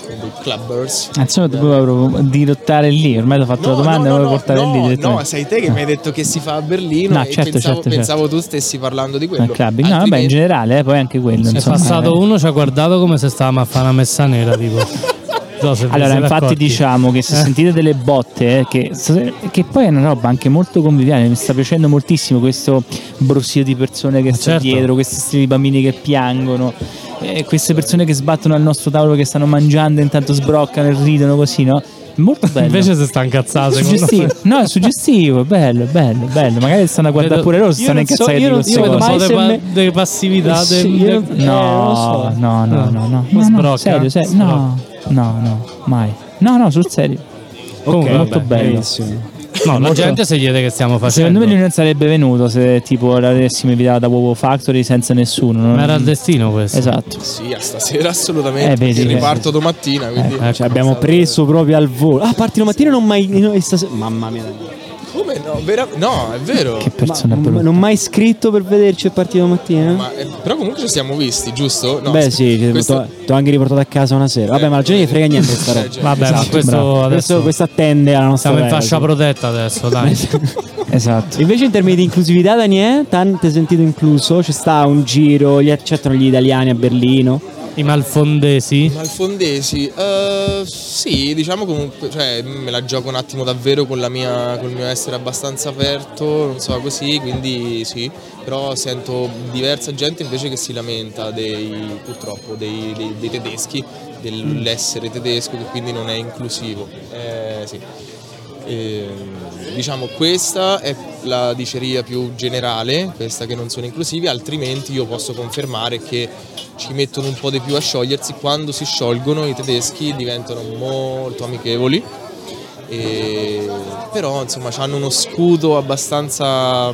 Speaker 5: dei clubbers.
Speaker 1: Ah, Insomma, ti volevo proprio dirottare lì. Ormai ti ho fatto la domanda e
Speaker 5: no,
Speaker 1: vuoi
Speaker 5: no,
Speaker 1: portare
Speaker 5: no,
Speaker 1: lì
Speaker 5: No,
Speaker 1: direttamente.
Speaker 5: sei te che mi hai detto che si fa a Berlino
Speaker 1: No,
Speaker 5: e
Speaker 1: certo,
Speaker 5: pensavo,
Speaker 1: certo, certo.
Speaker 5: pensavo tu stessi parlando di quello.
Speaker 1: Al clubbing. No, vabbè, in
Speaker 5: Altrimenti-
Speaker 1: generale, eh, poi anche quello.
Speaker 3: È
Speaker 1: insomma, eh.
Speaker 3: passato uno, ci ha guardato come se stavamo a fare una messa
Speaker 1: *laughs*
Speaker 3: nera. Tipo. Non so se vi
Speaker 1: Allora,
Speaker 3: siete
Speaker 1: infatti,
Speaker 3: accorti.
Speaker 1: diciamo che se sentite delle botte, eh, che, che poi è una roba anche molto conviviale, mi sta piacendo moltissimo questo brusio di persone che sta
Speaker 3: certo.
Speaker 1: dietro, questi stili bambini che piangono, eh, queste persone che sbattono al nostro tavolo che stanno mangiando e intanto sbroccano e ridono così, no? È
Speaker 3: *laughs*
Speaker 1: molto bello.
Speaker 3: Invece se sta incazzando, secondo
Speaker 1: Suggestivo.
Speaker 3: me.
Speaker 1: No, è suggestivo, è bello, è bello, è bello. Magari stanno a guardare
Speaker 3: Vedo-
Speaker 1: pure loro, si
Speaker 4: io
Speaker 1: stanno
Speaker 4: non so-
Speaker 1: incazzati
Speaker 4: io
Speaker 1: di
Speaker 4: non-
Speaker 1: queste
Speaker 4: io vedo
Speaker 3: Un
Speaker 1: cose.
Speaker 3: po'
Speaker 4: mai
Speaker 3: de,
Speaker 4: se me-
Speaker 3: de passività. de-
Speaker 4: Sì, io-
Speaker 3: de-
Speaker 4: Eh, non lo
Speaker 1: No,
Speaker 4: so.
Speaker 1: no, no, no, no, no, no,
Speaker 3: Sbrocca?
Speaker 1: serio, serio,
Speaker 3: Sbrocca.
Speaker 1: no, no, no, mai. No, no, sul serio.
Speaker 3: Comunque,
Speaker 1: molto
Speaker 3: vabbè,
Speaker 1: bello.
Speaker 4: Benissimo.
Speaker 3: No, la gente si chiede che stiamo facendo.
Speaker 1: Secondo me lui non sarebbe venuto se tipo l'avessimo evitato da Wow Factory senza nessuno. non-
Speaker 3: Ma era il destino questo.
Speaker 1: Esatto.
Speaker 5: Sì, a stasera assolutamente.
Speaker 1: Eh, vedi,
Speaker 5: Io
Speaker 1: vedi. Eh,
Speaker 5: riparto domattina, quindi...
Speaker 3: Ecco.
Speaker 4: Cioè, abbiamo preso proprio al volo. Ah, parti domattina e non mai. no, e stasera- Mamma mia.
Speaker 5: Come no? Vera- No, è vero.
Speaker 1: Che
Speaker 4: Ma-
Speaker 1: persona
Speaker 4: non,
Speaker 1: brutta.
Speaker 4: non mai scritto per vederci e partire domattina?
Speaker 5: Ma, eh, però comunque ci siamo visti, giusto? No,
Speaker 4: Beh, sì, ti
Speaker 5: questo-
Speaker 4: ho anche riportato a casa una sera. Vabbè, ma la gente gli frega niente questa roba.
Speaker 5: Cioè, cioè,
Speaker 3: Vabbè, ma
Speaker 1: Esatto,
Speaker 3: questo
Speaker 1: bravo.
Speaker 3: adesso
Speaker 4: Questo, questo attende alla nostra
Speaker 3: siamo in
Speaker 4: privacy.
Speaker 3: fascia protetta
Speaker 1: *laughs*
Speaker 3: adesso, dai.
Speaker 1: Esatto.
Speaker 4: Invece in termini di inclusività, Daniele, tanto ti sentito incluso, ci sta un giro, gli accettano gli italiani a Berlino.
Speaker 3: I malfondesi.
Speaker 5: Malfondesi, eh, sì, diciamo comunque, cioè me la gioco un attimo davvero con la mia, col mio essere abbastanza aperto, non so così, quindi sì, però sento diversa gente invece che si lamenta dei, purtroppo dei, dei- dei tedeschi, dell'essere tedesco che quindi non è inclusivo. Eh, sì. E, diciamo questa è la diceria più generale, questa che non sono inclusive, altrimenti io posso confermare che ci mettono un po' di più a sciogliersi, quando si sciolgono i tedeschi diventano molto amichevoli, e, però insomma hanno uno scudo abbastanza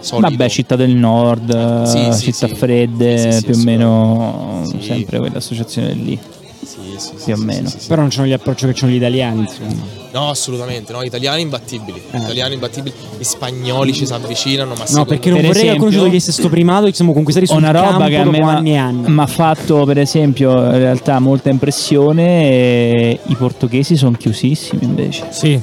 Speaker 5: solido.
Speaker 1: Vabbè, città del nord,
Speaker 5: Sì, sì,
Speaker 1: città
Speaker 5: sì.
Speaker 1: fredde,
Speaker 5: Sì, sì, sì,
Speaker 1: più o meno
Speaker 5: assolutamente. Sì.
Speaker 1: sempre quell'associazione lì.
Speaker 5: Sì, sì, sì,
Speaker 1: più o
Speaker 5: sì, sì,
Speaker 1: meno.
Speaker 5: sì, sì.
Speaker 4: Però non c'hanno gli approcci che c'hanno gli italiani, insomma.
Speaker 5: No, assolutamente, no, italiani imbattibili,
Speaker 1: Eh.
Speaker 5: italiani imbattibili, gli spagnoli ci si avvicinano, ma
Speaker 4: No,
Speaker 5: secondo
Speaker 4: perché
Speaker 5: me-
Speaker 4: non
Speaker 1: Per
Speaker 4: vorrei che
Speaker 1: esempio-
Speaker 4: qualcuno togliesse sto primato che siamo conquistati sul
Speaker 1: una roba
Speaker 4: campo
Speaker 1: che a me
Speaker 4: dopo
Speaker 1: m'ha-
Speaker 4: anni e anni.
Speaker 1: m'ha fatto per esempio in realtà molta impressione eh, i portoghesi sono chiusissimi invece
Speaker 3: Sì,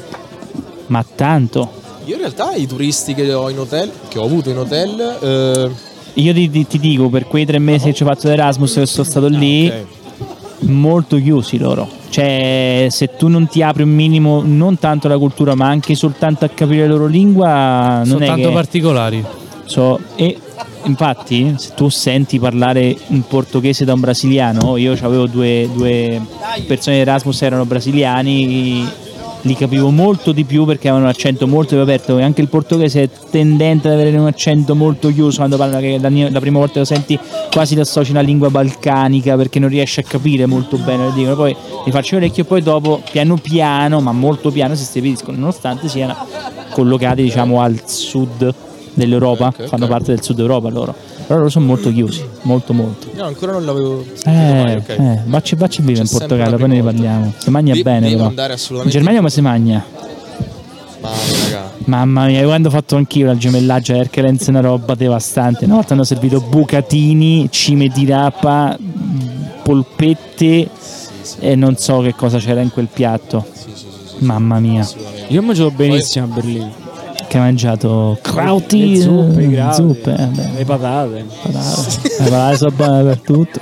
Speaker 1: ma tanto
Speaker 5: Io in realtà i turisti che ho in hotel, che ho avuto in hotel, eh,
Speaker 1: io ti, ti- ti dico per quei tre mesi che ci ho fatto l'Erasmus che sono stato lì
Speaker 4: Ah,
Speaker 5: ok.
Speaker 1: molto chiusi loro cioè se tu non ti apri un minimo non tanto alla cultura ma anche soltanto a capire la loro lingua non
Speaker 3: sono
Speaker 1: è
Speaker 3: tanto
Speaker 1: che...
Speaker 3: particolari.
Speaker 1: So- e infatti, se tu senti parlare un portoghese da un brasiliano, io avevo due, due persone di Erasmus erano brasiliani, li capivo molto di più perché avevano un accento molto più aperto. E anche il portoghese è tendente ad avere un accento molto chiuso quando parla, che la, la prima volta che lo senti quasi ti associ a una lingua balcanica perché non riesci a capire molto bene le dicono. Poi li faccio orecchio e poi dopo, piano piano, ma molto piano, si stabiliscono, nonostante siano collocati diciamo al sud dell'Europa,
Speaker 5: Ok, ok,
Speaker 1: fanno
Speaker 5: ok.
Speaker 1: parte del sud Europa loro. Però loro sono molto chiusi, molto molto.
Speaker 5: No, ancora non l'avevo
Speaker 1: Eh,
Speaker 5: sentito mai, ok.
Speaker 1: eh, vacci, vacci a vivere in
Speaker 5: C'è
Speaker 1: Portogallo,
Speaker 5: sempre
Speaker 1: poi
Speaker 5: la
Speaker 1: ne
Speaker 5: prima
Speaker 1: parliamo. Si mangia
Speaker 5: De-
Speaker 1: bene
Speaker 5: devo
Speaker 1: però.
Speaker 5: andare
Speaker 1: In
Speaker 5: assolutamente-
Speaker 1: Germania come si magna?
Speaker 5: Ma raga.
Speaker 1: Mamma mia, quando ho fatto anch'io il gemellaggio a Erkelenz è una roba devastante. Una volta hanno servito bucatini, cime di rapa, polpette e non so che cosa c'era in quel piatto. Mamma mia,
Speaker 4: Io ho mangiato benissimo a Berlino.
Speaker 1: che ha mangiato krauti,
Speaker 4: Le zuppe,
Speaker 1: eh,
Speaker 4: i gravi,
Speaker 1: zuppe, eh, beh,
Speaker 4: le patate.
Speaker 1: bravo. Le patate sono buone per tutto.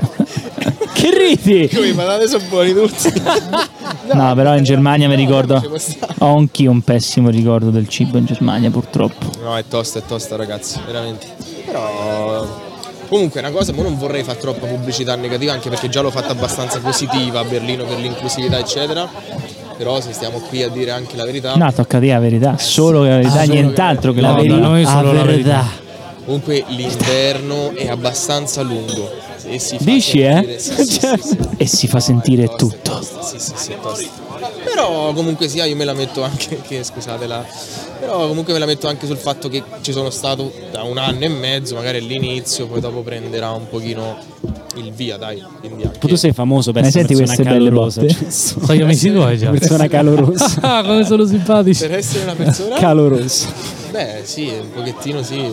Speaker 4: Che ridi?
Speaker 5: Io i patate sono buoni tutti.
Speaker 1: *laughs* No, però in Germania mi ricordo,
Speaker 5: ci può stare.
Speaker 1: ho anch'io un pessimo ricordo del cibo in Germania purtroppo.
Speaker 5: No, è tosta, è tosta, ragazzi, veramente. Però. Comunque, una cosa, mo non vorrei fare troppa pubblicità negativa, anche perché già l'ho fatta abbastanza positiva a Berlino per l'inclusività, eccetera. Però se stiamo qui a dire anche la verità.
Speaker 1: No, tocca dire la verità, solo che la verità,
Speaker 5: solo che-
Speaker 1: nient'altro che
Speaker 3: No,
Speaker 1: la
Speaker 3: da
Speaker 1: verità.
Speaker 3: noi solo la verità.
Speaker 5: Comunque l'inverno è abbastanza lungo. E si fa
Speaker 1: Dici,
Speaker 5: sentire-
Speaker 1: eh?
Speaker 5: Sì,
Speaker 1: *laughs*
Speaker 5: sì, sì, sì.
Speaker 1: E si fa sentire
Speaker 5: Tosta,
Speaker 1: tutto.
Speaker 5: tosta, sì, sì, sì, tosta. Però comunque sia io me la metto anche *laughs* che scusatela. Però comunque me la metto anche sul fatto che ci sono stato da un anno e mezzo, magari all'inizio, poi dopo prenderà un pochino il via, dai. Quindi anche-
Speaker 4: Tu sei famoso per
Speaker 1: Ma
Speaker 4: essere
Speaker 1: senti
Speaker 4: una persona
Speaker 1: queste belle
Speaker 4: calorosa.
Speaker 1: botte?
Speaker 4: cioè, so-
Speaker 3: Sono gli amici tuoi
Speaker 1: *laughs*
Speaker 3: già.
Speaker 4: persona calorosa.
Speaker 3: Ah, come sono simpatici.
Speaker 5: per essere una persona
Speaker 4: calorosa.
Speaker 5: Beh, sì, un pochettino sì,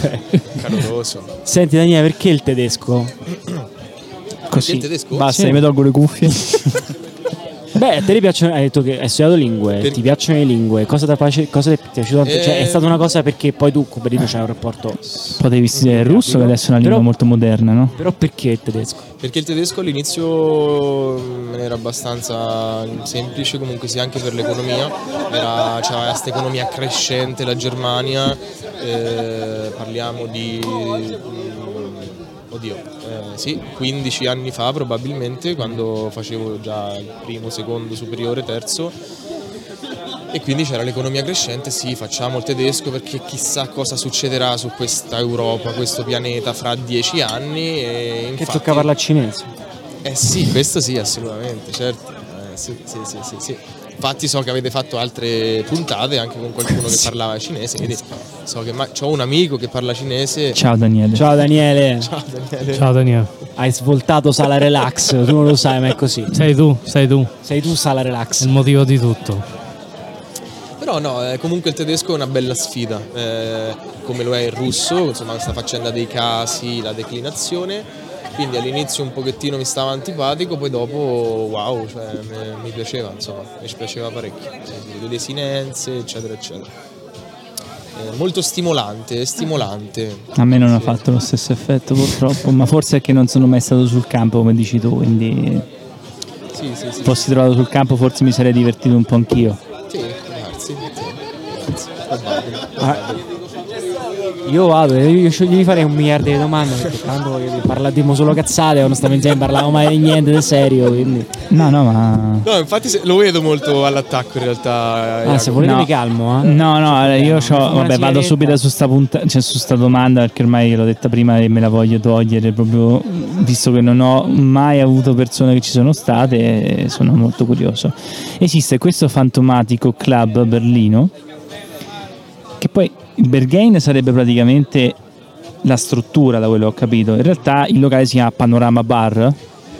Speaker 5: eh, caloroso.
Speaker 4: Senti Daniele, perché il tedesco?
Speaker 1: Così.
Speaker 5: Perché il tedesco?
Speaker 1: Basta,
Speaker 4: Sì.
Speaker 1: mi tolgo le cuffie.
Speaker 4: Beh, a te ti piacciono, hai detto che hai studiato lingue,
Speaker 5: Per-
Speaker 4: ti piacciono le lingue, cosa ti, piace- cosa ti è piaciuto? tanto? Cioè, è
Speaker 5: Eh,
Speaker 4: stata una cosa perché poi tu con Berlino c'hai un rapporto...
Speaker 1: *laughs* Potevi studiare il russo, che adesso è una
Speaker 4: Però-
Speaker 1: lingua molto moderna, no?
Speaker 4: Però perché il tedesco?
Speaker 5: Perché il tedesco all'inizio mm, era abbastanza semplice, comunque sì, anche per l'economia. Era, c'era questa economia crescente, la Germania, eh, parliamo di... mm, Oddio, eh, sì, 15 anni fa probabilmente, quando facevo già il primo, secondo, superiore, terzo, e quindi c'era l'economia crescente, sì, facciamo il tedesco perché chissà cosa succederà su questa Europa, questo pianeta fra dieci anni. E
Speaker 4: Che
Speaker 5: infatti-
Speaker 4: tocca parlare cinese.
Speaker 5: Eh sì, questo sì, assolutamente, certo. Eh, sì, sì, sì, sì, sì. Infatti so che avete fatto altre puntate anche con qualcuno che parlava cinese, quindi so che ma- ho un amico che parla cinese.
Speaker 1: Ciao Daniele.
Speaker 4: Ciao Daniele,
Speaker 5: Ciao Daniele.
Speaker 3: Ciao Daniele.
Speaker 4: hai svoltato Sala Relax, tu non lo sai ma è così.
Speaker 3: Sei tu, sei tu.
Speaker 4: Sei tu Sala Relax.
Speaker 3: Il motivo di tutto.
Speaker 5: Però no, eh, comunque il tedesco è una bella sfida, eh, come lo è il russo, insomma questa faccenda dei casi, la declinazione, quindi all'inizio un pochettino mi stava antipatico, poi dopo wow, cioè, mi, mi piaceva, insomma, mi ci piaceva parecchio, Quindi le desinenze, eccetera, eccetera. Eh, molto stimolante, stimolante.
Speaker 1: A me non ha fatto lo stesso effetto purtroppo, ma forse è che non sono mai stato sul campo come dici tu, quindi
Speaker 5: Sì, sì, sì.
Speaker 1: fossi trovato sul campo forse mi sarei divertito un po' anch'io.
Speaker 5: Sì, grazie. Grazie. Probabile.
Speaker 4: Ah, Io vado, io, io sci- gli farei un miliardo di domande perché tanto voglio dire, parlavamo solo cazzate, onestamente non parlavamo mai di niente di serio, quindi...
Speaker 1: No, no, ma.
Speaker 5: No, infatti se- lo vedo molto all'attacco in realtà.
Speaker 4: Ah,
Speaker 5: Iago.
Speaker 4: se volete
Speaker 1: No.
Speaker 4: mi calmo, eh.
Speaker 1: No, no, allora io c'ho- vabbè, vado
Speaker 4: sigaretta.
Speaker 1: subito su sta, punta- cioè, su sta domanda perché ormai l'ho detta prima e me la voglio togliere proprio visto che non ho mai avuto persone che ci sono state eh, sono molto curioso. Esiste questo fantomatico club a Berlino che poi il Bergain sarebbe praticamente la struttura da quello che ho capito. In realtà il locale si chiama Panorama Bar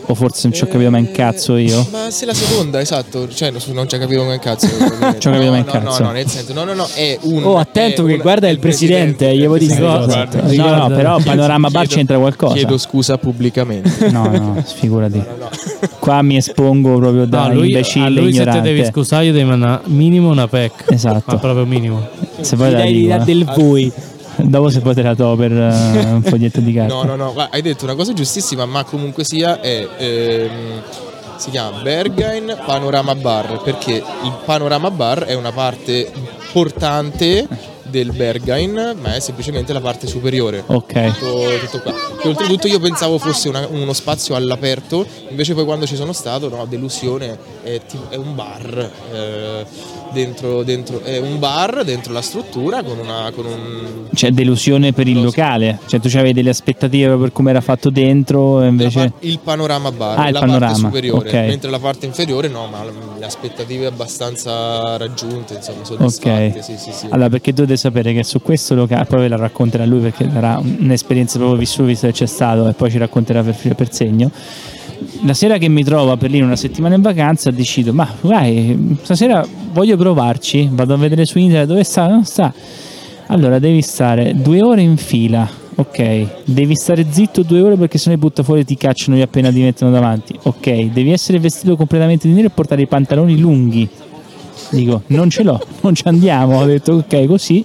Speaker 1: o forse non ci ho capito mai un
Speaker 5: Eh,
Speaker 1: cazzo io.
Speaker 5: Ma se la seconda, esatto. Cioè, no, su- non ci ha capito mai un cazzo.
Speaker 1: *laughs* Ci ho capito mai un
Speaker 5: No,
Speaker 1: cazzo.
Speaker 5: No, no, nel senso, no, no, no, è un.
Speaker 4: Oh, attento
Speaker 5: è
Speaker 4: che
Speaker 5: un-
Speaker 4: guarda il presidente, gli voglio dire oh,
Speaker 5: Esatto, guarda.
Speaker 4: cosa.
Speaker 1: No, no,
Speaker 3: Ricorda-
Speaker 5: *laughs*
Speaker 1: però Panorama Bar
Speaker 5: Chiedo-
Speaker 1: c'entra qualcosa.
Speaker 5: Chiedo scusa
Speaker 4: Certo.
Speaker 5: pubblicamente.
Speaker 1: No, no, figurati. Qua mi espongo proprio da
Speaker 3: No, lui,
Speaker 1: imbecille
Speaker 3: a lui se te
Speaker 1: ignorante.
Speaker 3: devi scusare, io devi mandare minimo una PEC.
Speaker 1: Esatto.
Speaker 3: Ma proprio minimo.
Speaker 1: se
Speaker 4: Gli
Speaker 1: poi te la
Speaker 4: dai l'idea
Speaker 1: dico, eh.
Speaker 4: del voi.
Speaker 1: Dopo se poi te la do per eh, un foglietto di carta.
Speaker 5: No, no, no, guarda, hai detto una cosa giustissima, ma comunque sia è. ehm, si chiama Berghain Panorama Bar perché il Panorama Bar è una parte portante del Berghain, ma è semplicemente la parte superiore.
Speaker 1: Ok.
Speaker 5: tutto, tutto qua. Che oltretutto io pensavo fosse una- uno spazio all'aperto, invece poi quando ci sono stato, no, delusione, è, ti- è un bar. eh, dentro, dentro, è un bar dentro la struttura con una. Con un,
Speaker 1: C'è delusione per il locale. Cioè tu avevi delle aspettative per come era fatto dentro e
Speaker 5: la
Speaker 1: invece...
Speaker 5: par- il panorama bar,
Speaker 1: Ah, il
Speaker 5: la
Speaker 1: panorama,
Speaker 5: parte superiore,
Speaker 1: ok.
Speaker 5: mentre la parte inferiore no, ma le aspettative abbastanza raggiunte, insomma, soddisfatte.
Speaker 1: Ok.
Speaker 5: Sì, sì, sì.
Speaker 1: Allora, perché dovete sapere che su questo locale, poi ve la racconterà lui perché sarà un'esperienza proprio vissuta visto che c'è stato e poi ci racconterà per filo e per segno. La sera che mi trovo a Berlino una settimana in vacanza decido, ma vai, stasera voglio provarci, vado a vedere su internet dove sta, non sta. Allora, devi stare due ore in fila, ok, devi stare zitto due ore perché se no i butta fuori e ti cacciano gli appena ti mettono davanti, ok, devi essere vestito completamente di nero e portare i pantaloni lunghi, Dico, non ce l'ho, non ci andiamo. Ho detto, ok, così.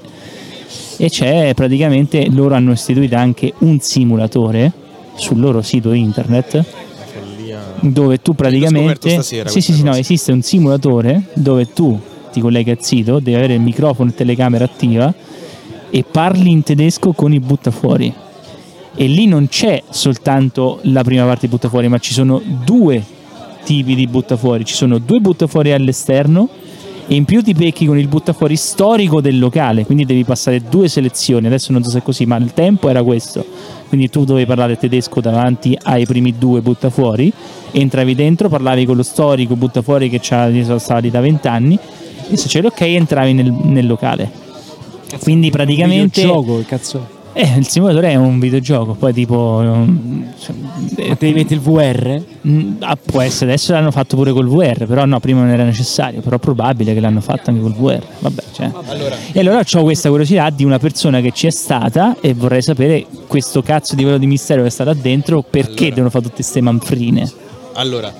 Speaker 1: E c'è praticamente, loro hanno istituito anche un simulatore sul loro sito internet
Speaker 5: Follia.
Speaker 1: dove tu praticamente
Speaker 5: scoperto stasera
Speaker 1: sì, sì,
Speaker 5: questa
Speaker 1: sì, no,
Speaker 5: cosa.
Speaker 1: esiste un simulatore dove tu ti colleghi al sito, devi avere il microfono e telecamera attiva e parli in tedesco con i buttafuori. E lì non c'è soltanto la prima parte di buttafuori, ma ci sono due tipi di buttafuori. Ci sono due buttafuori all'esterno e in più ti becchi con il buttafuori storico del locale, quindi devi passare due selezioni. Adesso non so se è così, ma il tempo era questo. Quindi tu dovevi parlare tedesco davanti ai primi due buttafuori, entravi dentro, parlavi con lo storico buttafuori che c'ha- stava lì da vent'anni e se c'è l'ok entravi nel, nel locale. Quindi praticamente...
Speaker 4: gioco, cazzo.
Speaker 1: Eh, il simulatore è un videogioco, poi tipo... um, cioè,
Speaker 4: Ma
Speaker 1: eh,
Speaker 4: devi mettere il VR?
Speaker 1: mm, ah, può essere, adesso l'hanno fatto pure col VR, però no, prima non era necessario, però è probabile che l'hanno fatto anche col VR. Vabbè, cioè.
Speaker 5: Allora,
Speaker 1: E allora ho questa curiosità di una persona che ci è stata e vorrei sapere questo cazzo di velo di mistero che è stato là dentro, perché
Speaker 5: Allora.
Speaker 1: devono fare tutte queste manfrine.
Speaker 5: Allora,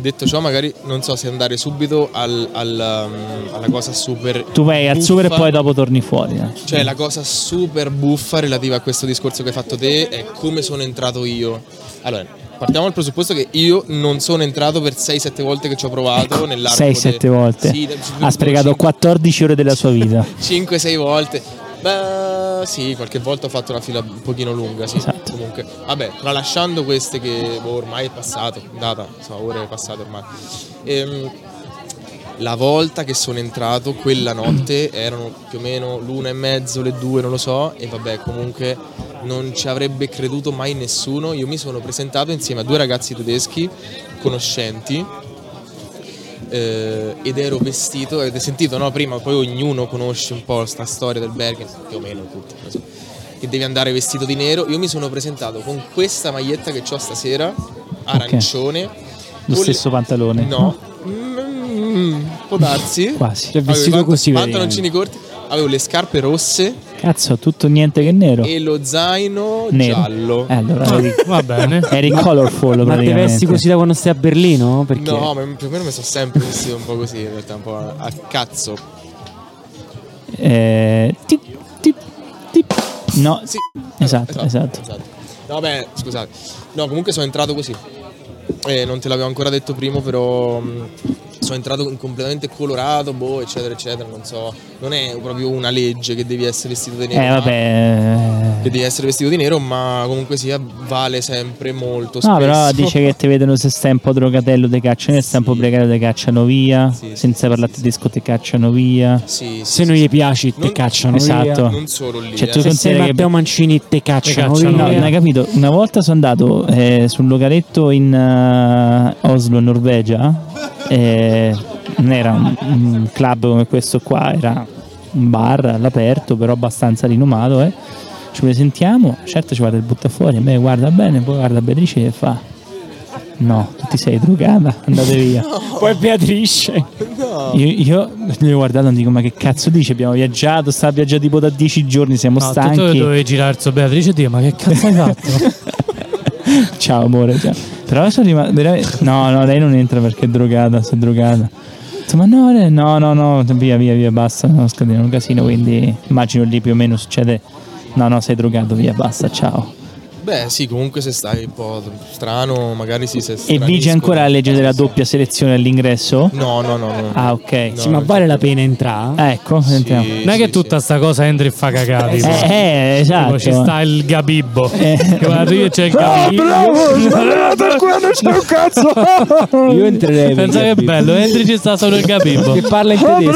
Speaker 5: detto ciò, magari non so se andare subito al- al, um, alla cosa super.
Speaker 1: Tu vai al
Speaker 5: buffa.
Speaker 1: super e poi dopo torni fuori. eh.
Speaker 5: Cioè, la cosa super buffa relativa a questo discorso che hai fatto te è come sono entrato io. Allora, partiamo dal presupposto che io non sono entrato per 6-7 volte che ci ho provato nell'arco.
Speaker 1: 6-7 volte. ha sprecato 14 ore della sua vita.
Speaker 5: 5-6 volte. Beh, sì, qualche volta ho fatto una fila un pochino lunga, sì.
Speaker 1: Esatto.
Speaker 5: Comunque, vabbè, tralasciando queste che boh, ormai è passato, data, insomma, ore è passate ormai. Ehm, la volta che sono entrato quella notte erano più o meno l'una e mezzo, le due, non lo so, e vabbè, comunque non ci avrebbe creduto mai nessuno. Io mi sono presentato insieme a due ragazzi tedeschi conoscenti eh, ed ero vestito, avete sentito no? prima, poi ognuno conosce un po' sta storia del Bergen, più o meno tutti, non so, che devi andare vestito di nero. Io mi sono presentato con questa maglietta che ho stasera, arancione.
Speaker 1: Lo
Speaker 5: con-
Speaker 1: stesso pantalone.
Speaker 5: No, Mm, può darsi.
Speaker 1: *laughs* Quasi.
Speaker 4: Cioè,
Speaker 5: Avevo i
Speaker 4: vestito
Speaker 5: pant-
Speaker 4: così,
Speaker 5: pantaloncini corti, avevo le scarpe rosse
Speaker 1: Cazzo, tutto niente che nero.
Speaker 5: e lo zaino
Speaker 1: Nero.
Speaker 5: giallo.
Speaker 1: Eh,
Speaker 5: *laughs*
Speaker 1: allora, eri,
Speaker 3: Va bene.
Speaker 1: eri colorful
Speaker 4: Ma te
Speaker 1: praticamente.
Speaker 4: vesti così da quando stai a Berlino? Perché?
Speaker 5: No, ma più o meno mi sono sempre vestito un po' così, in realtà un po' a, a cazzo.
Speaker 1: Eh, tip, tip, tip. No,
Speaker 5: Sì.
Speaker 1: esatto, esatto.
Speaker 5: No, beh, scusate. No, comunque sono entrato così. Eh, non te l'avevo ancora detto prima, però mh, sono entrato in- completamente colorato, boh, eccetera, eccetera, non so, non è proprio una legge che devi essere vestito di nero.
Speaker 1: Eh
Speaker 5: ma-
Speaker 1: vabbè.
Speaker 5: Che devi essere vestito di nero, ma comunque sia vale sempre molto spesso.
Speaker 1: No, però dice che ti vedono se stai un po' drogatello te cacciano, se stai un po'
Speaker 5: Sì.
Speaker 1: precario te cacciano via,
Speaker 5: Sì, sì,
Speaker 1: senza
Speaker 5: sì,
Speaker 1: parlare
Speaker 5: sì,
Speaker 1: di disco te cacciano via.
Speaker 5: Sì, sì,
Speaker 4: Se
Speaker 5: sì,
Speaker 4: non
Speaker 5: sì.
Speaker 4: gli piaci, te
Speaker 5: Non-
Speaker 4: cacciano. via.
Speaker 1: Esatto.
Speaker 5: Non solo lì.
Speaker 1: Cioè,
Speaker 5: eh.
Speaker 1: tu
Speaker 4: Se sei
Speaker 1: Considera che-
Speaker 4: Matteo Mancini, te cacciano.
Speaker 3: cacciano
Speaker 4: via.
Speaker 1: No, non hai capito. Una volta sono andato eh, sul localitto in eh, Oslo, Norvegia. eh, non era un, un club come questo qua, era un bar all'aperto, però abbastanza rinomato. eh. Ci presentiamo, certo ci vado il buttafuori, a me guarda bene, poi guarda Beatrice e fa. No, tu ti sei drogata, andate via.
Speaker 4: Poi Beatrice.
Speaker 1: Io, io gli ho guardato e dico: Ma che cazzo dice? Abbiamo viaggiato, sta viaggiando tipo da 10 giorni, siamo
Speaker 3: No, tu
Speaker 1: stanchi.
Speaker 3: dovevi girare su Beatrice e dire ma che cazzo hai fatto?
Speaker 1: Ciao amore, ciao. Però sono rimasto veramente... No, no, lei non entra perché è drogata, si è drogata. Ho detto, Ma no, lei- no, no, no, via, via, via, basta, no, scadere un casino, quindi immagino lì più o meno succede... No, no, sei drogato, via, basta, ciao.
Speaker 5: Beh, sì, comunque se stai un po' strano, magari sì, se
Speaker 1: E vige ancora la legge della doppia selezione all'ingresso?
Speaker 5: No, no, no, no.
Speaker 1: Ah, ok.
Speaker 5: No,
Speaker 4: Sì, ma
Speaker 5: non
Speaker 4: vale la pena entrare?
Speaker 1: Ecco,
Speaker 5: Sì,
Speaker 1: sentiamo.
Speaker 3: Non è
Speaker 5: sì,
Speaker 3: che tutta sta cosa entra e fa cagati.
Speaker 1: Eh, eh, esatto.
Speaker 3: Tipo, ci sta il Gabibbo. *laughs* Che guarda io c'è il Gabibbo.
Speaker 4: Io entrerei. per
Speaker 3: Pensa che
Speaker 4: Gabibbo.
Speaker 3: bello, entri ci sta solo il
Speaker 4: *laughs*
Speaker 3: Gabibbo.
Speaker 4: Che parla in tedesco.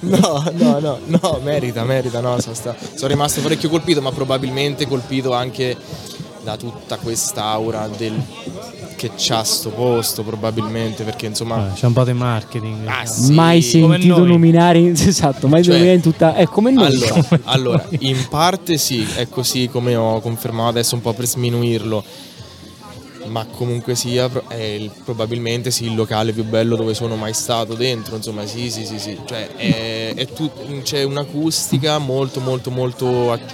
Speaker 5: No, no, no, no, merita, merita, no, sono, sta- sono rimasto parecchio colpito, ma probabilmente colpito anche da tutta quest'aura del che c'ha sto posto, probabilmente, perché insomma...
Speaker 3: Eh, C'è un po' di marketing.
Speaker 5: Ah, sì.
Speaker 4: Mai
Speaker 3: come
Speaker 4: sentito
Speaker 3: noi.
Speaker 4: nominare. *laughs* Esatto, mai
Speaker 5: Cioè-
Speaker 4: nominare in tutta. È come noi.
Speaker 5: Allora, allora,
Speaker 1: *laughs*
Speaker 5: in parte sì, è così come ho confermato adesso un po' per sminuirlo, ma comunque sia pro- è il- probabilmente sì il locale più bello dove sono mai stato dentro, insomma sì sì sì sì, cioè è- è tut- c'è un'acustica molto molto molto ac-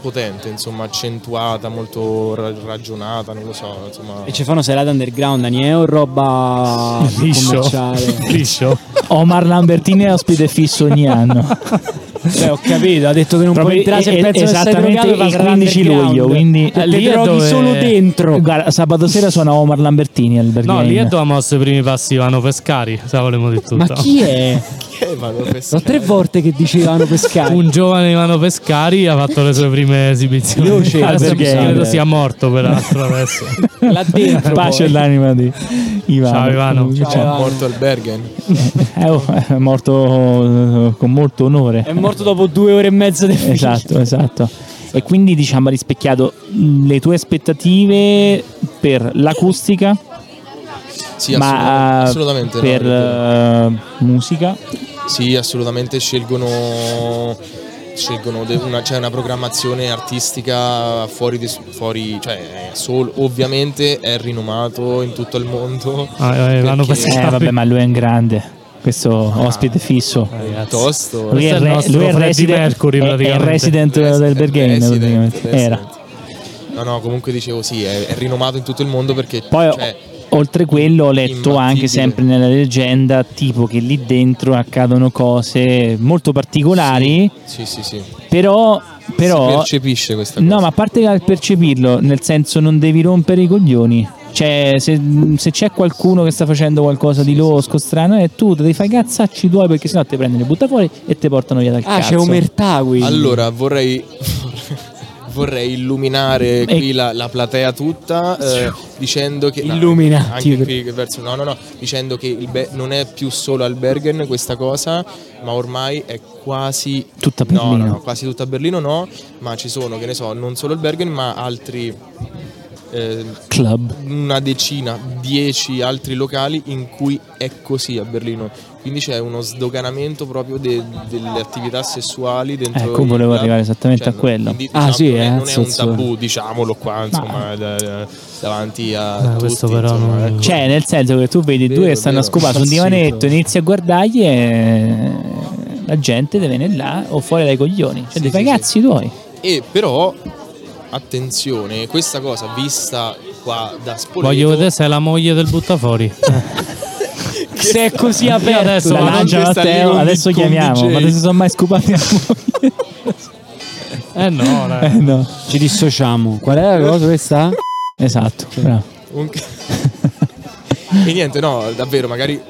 Speaker 5: potente, insomma accentuata, molto ra- ragionata, non lo so, insomma...
Speaker 4: E ci fanno serate underground, Daniele, o roba
Speaker 3: liscio.
Speaker 4: commerciale. *laughs*
Speaker 3: Liscio.
Speaker 1: Omar Lambertini è ospite fisso ogni anno.
Speaker 5: *laughs*
Speaker 4: Cioè, ho capito, ha detto che non puoi
Speaker 1: Proprio
Speaker 4: entrare se
Speaker 1: e-
Speaker 4: pensa che stai
Speaker 1: esattamente
Speaker 4: drogato,
Speaker 1: il
Speaker 4: va
Speaker 1: 15 luglio,
Speaker 4: all'underground.
Speaker 1: quindi-
Speaker 4: Eh,
Speaker 3: Lì
Speaker 4: le
Speaker 3: è
Speaker 4: droghi
Speaker 3: dove-
Speaker 4: solo dentro.
Speaker 1: Guarda, sabato sera suona Omar Lambertini al Burger
Speaker 3: No, lì
Speaker 1: Inn.
Speaker 3: è dove ha mosso i primi passi Ivano Pescari, se volevo dire tutto.
Speaker 4: Ma
Speaker 1: *laughs*
Speaker 4: chi è?
Speaker 5: Che vado a
Speaker 4: Sono tre volte che dicevano pescare.
Speaker 3: Un giovane Ivano Pescari ha fatto le sue prime esibizioni.
Speaker 4: Io c'ero,
Speaker 3: Adesso
Speaker 1: perché-
Speaker 3: credo sia morto
Speaker 1: *laughs*
Speaker 3: peraltro adesso.
Speaker 4: Là dentro.
Speaker 1: Pace
Speaker 4: poi.
Speaker 1: all'anima di Ivano.
Speaker 3: Ciao, Ivano.
Speaker 1: Ciao.
Speaker 4: Ciao.
Speaker 5: Morto al Bergen.
Speaker 1: Eh, oh, è morto eh, con molto onore.
Speaker 4: È morto dopo due ore e mezza di film.
Speaker 1: Esatto, esatto. E quindi diciamo ha rispecchiato mh, le tue aspettative per l'acustica,
Speaker 5: Sì,
Speaker 1: ma eh,
Speaker 5: assolutamente. assolutamente no,
Speaker 1: per
Speaker 5: ripeto.
Speaker 1: eh, musica.
Speaker 5: Sì, assolutamente scelgono, scelgono de- una, c'è una programmazione artistica fuori, di- fuori cioè, è solo- ovviamente è rinomato in tutto il mondo,
Speaker 3: Ah, eh, Ivano
Speaker 5: Perché-
Speaker 1: Eh,
Speaker 3: Pescari.
Speaker 1: vabbè, ma lui è un grande. Questo
Speaker 5: Ah,
Speaker 1: ospite fisso.
Speaker 5: eh. piuttosto eh,
Speaker 1: Lui
Speaker 3: Questo
Speaker 1: è,
Speaker 3: è il
Speaker 1: re-
Speaker 3: nostro
Speaker 1: lui è
Speaker 3: Freddie
Speaker 1: resident,
Speaker 3: Mercury,
Speaker 1: è- è il
Speaker 3: praticamente.
Speaker 1: resident del Berghain
Speaker 5: eh, resident,
Speaker 1: praticamente. Era.
Speaker 5: resident. eh, No, no, comunque dicevo sì, è, è rinomato in tutto il mondo perché
Speaker 1: Poi
Speaker 5: cioè,
Speaker 1: o- oltre quello ho letto
Speaker 5: imbattibile.
Speaker 1: anche sempre nella leggenda tipo che lì dentro accadono cose molto particolari,
Speaker 5: sì, sì, sì,
Speaker 1: però,
Speaker 5: si
Speaker 1: però
Speaker 5: percepisce questa cosa.
Speaker 1: no ma a parte al percepirlo, nel senso non devi rompere i coglioni. Cioè, se, se c'è qualcuno che sta facendo qualcosa di losco, strano, è tu te devi fare i cazzacci tuoi perché sennò te prendono e butta fuori e te portano via dal
Speaker 4: Ah,
Speaker 1: cazzo.
Speaker 4: c'è Omertà qui.
Speaker 5: Allora, vorrei, *laughs* vorrei illuminare
Speaker 1: Ecco.
Speaker 5: qui la, la platea tutta eh, dicendo che... no,
Speaker 4: Illuminati.
Speaker 5: anche qui che verso- no, no, no, dicendo che il Be- non è più solo al Bergen questa cosa, ma ormai è quasi...
Speaker 1: Tutta
Speaker 5: no,
Speaker 1: Berlino.
Speaker 5: No, no, quasi tutta Berlino no, ma ci sono, che ne so, non solo il Bergen, ma altri... eh,
Speaker 1: Club.
Speaker 5: una decina, dieci altri locali in cui è così a Berlino. Quindi c'è uno sdoganamento proprio de- delle attività sessuali dentro.
Speaker 1: Ecco,
Speaker 5: il
Speaker 1: volevo
Speaker 5: club.
Speaker 1: arrivare esattamente a
Speaker 5: no,
Speaker 1: quello.
Speaker 5: quindi,
Speaker 4: Ah,
Speaker 5: diciamo,
Speaker 4: sì,
Speaker 5: non,
Speaker 4: eh,
Speaker 5: è, non è un
Speaker 4: sessuale.
Speaker 5: tabù, diciamolo qua, insomma, eh, da- da- davanti a
Speaker 3: Eh,
Speaker 5: tutti.
Speaker 3: questo però
Speaker 5: insomma,
Speaker 3: non-
Speaker 5: ecco.
Speaker 1: Cioè, nel senso che tu vedi
Speaker 5: Vero,
Speaker 1: due che stanno a
Speaker 5: vero.
Speaker 1: scopare su un
Speaker 4: Impazzito.
Speaker 1: divanetto, inizi a guardargli e la gente deve venire là o fuori dai coglioni. Cioè,
Speaker 5: Sì,
Speaker 1: dei
Speaker 5: sì,
Speaker 1: ragazzi
Speaker 5: sì.
Speaker 1: tuoi.
Speaker 5: E però attenzione, questa cosa vista qua da Spoleto
Speaker 3: Voglio vedere se è la moglie del
Speaker 1: *laughs*
Speaker 3: buttafuori.
Speaker 4: se è così
Speaker 3: Io
Speaker 4: aperto.
Speaker 3: adesso
Speaker 1: La
Speaker 3: vado-
Speaker 5: non
Speaker 1: lancia
Speaker 5: ti sta lì
Speaker 1: Matteo,
Speaker 5: con-
Speaker 1: adesso
Speaker 5: con
Speaker 1: chiamiamo,
Speaker 5: DJ.
Speaker 1: ma non si sono mai
Speaker 5: *laughs*
Speaker 1: scopati a moglie.
Speaker 3: Eh no, dai.
Speaker 1: Eh, no.
Speaker 4: Ci Ecco, dissociamo. Qual è la cosa questa?
Speaker 1: Esatto, bravo.
Speaker 5: un- *laughs* E niente, no, davvero, magari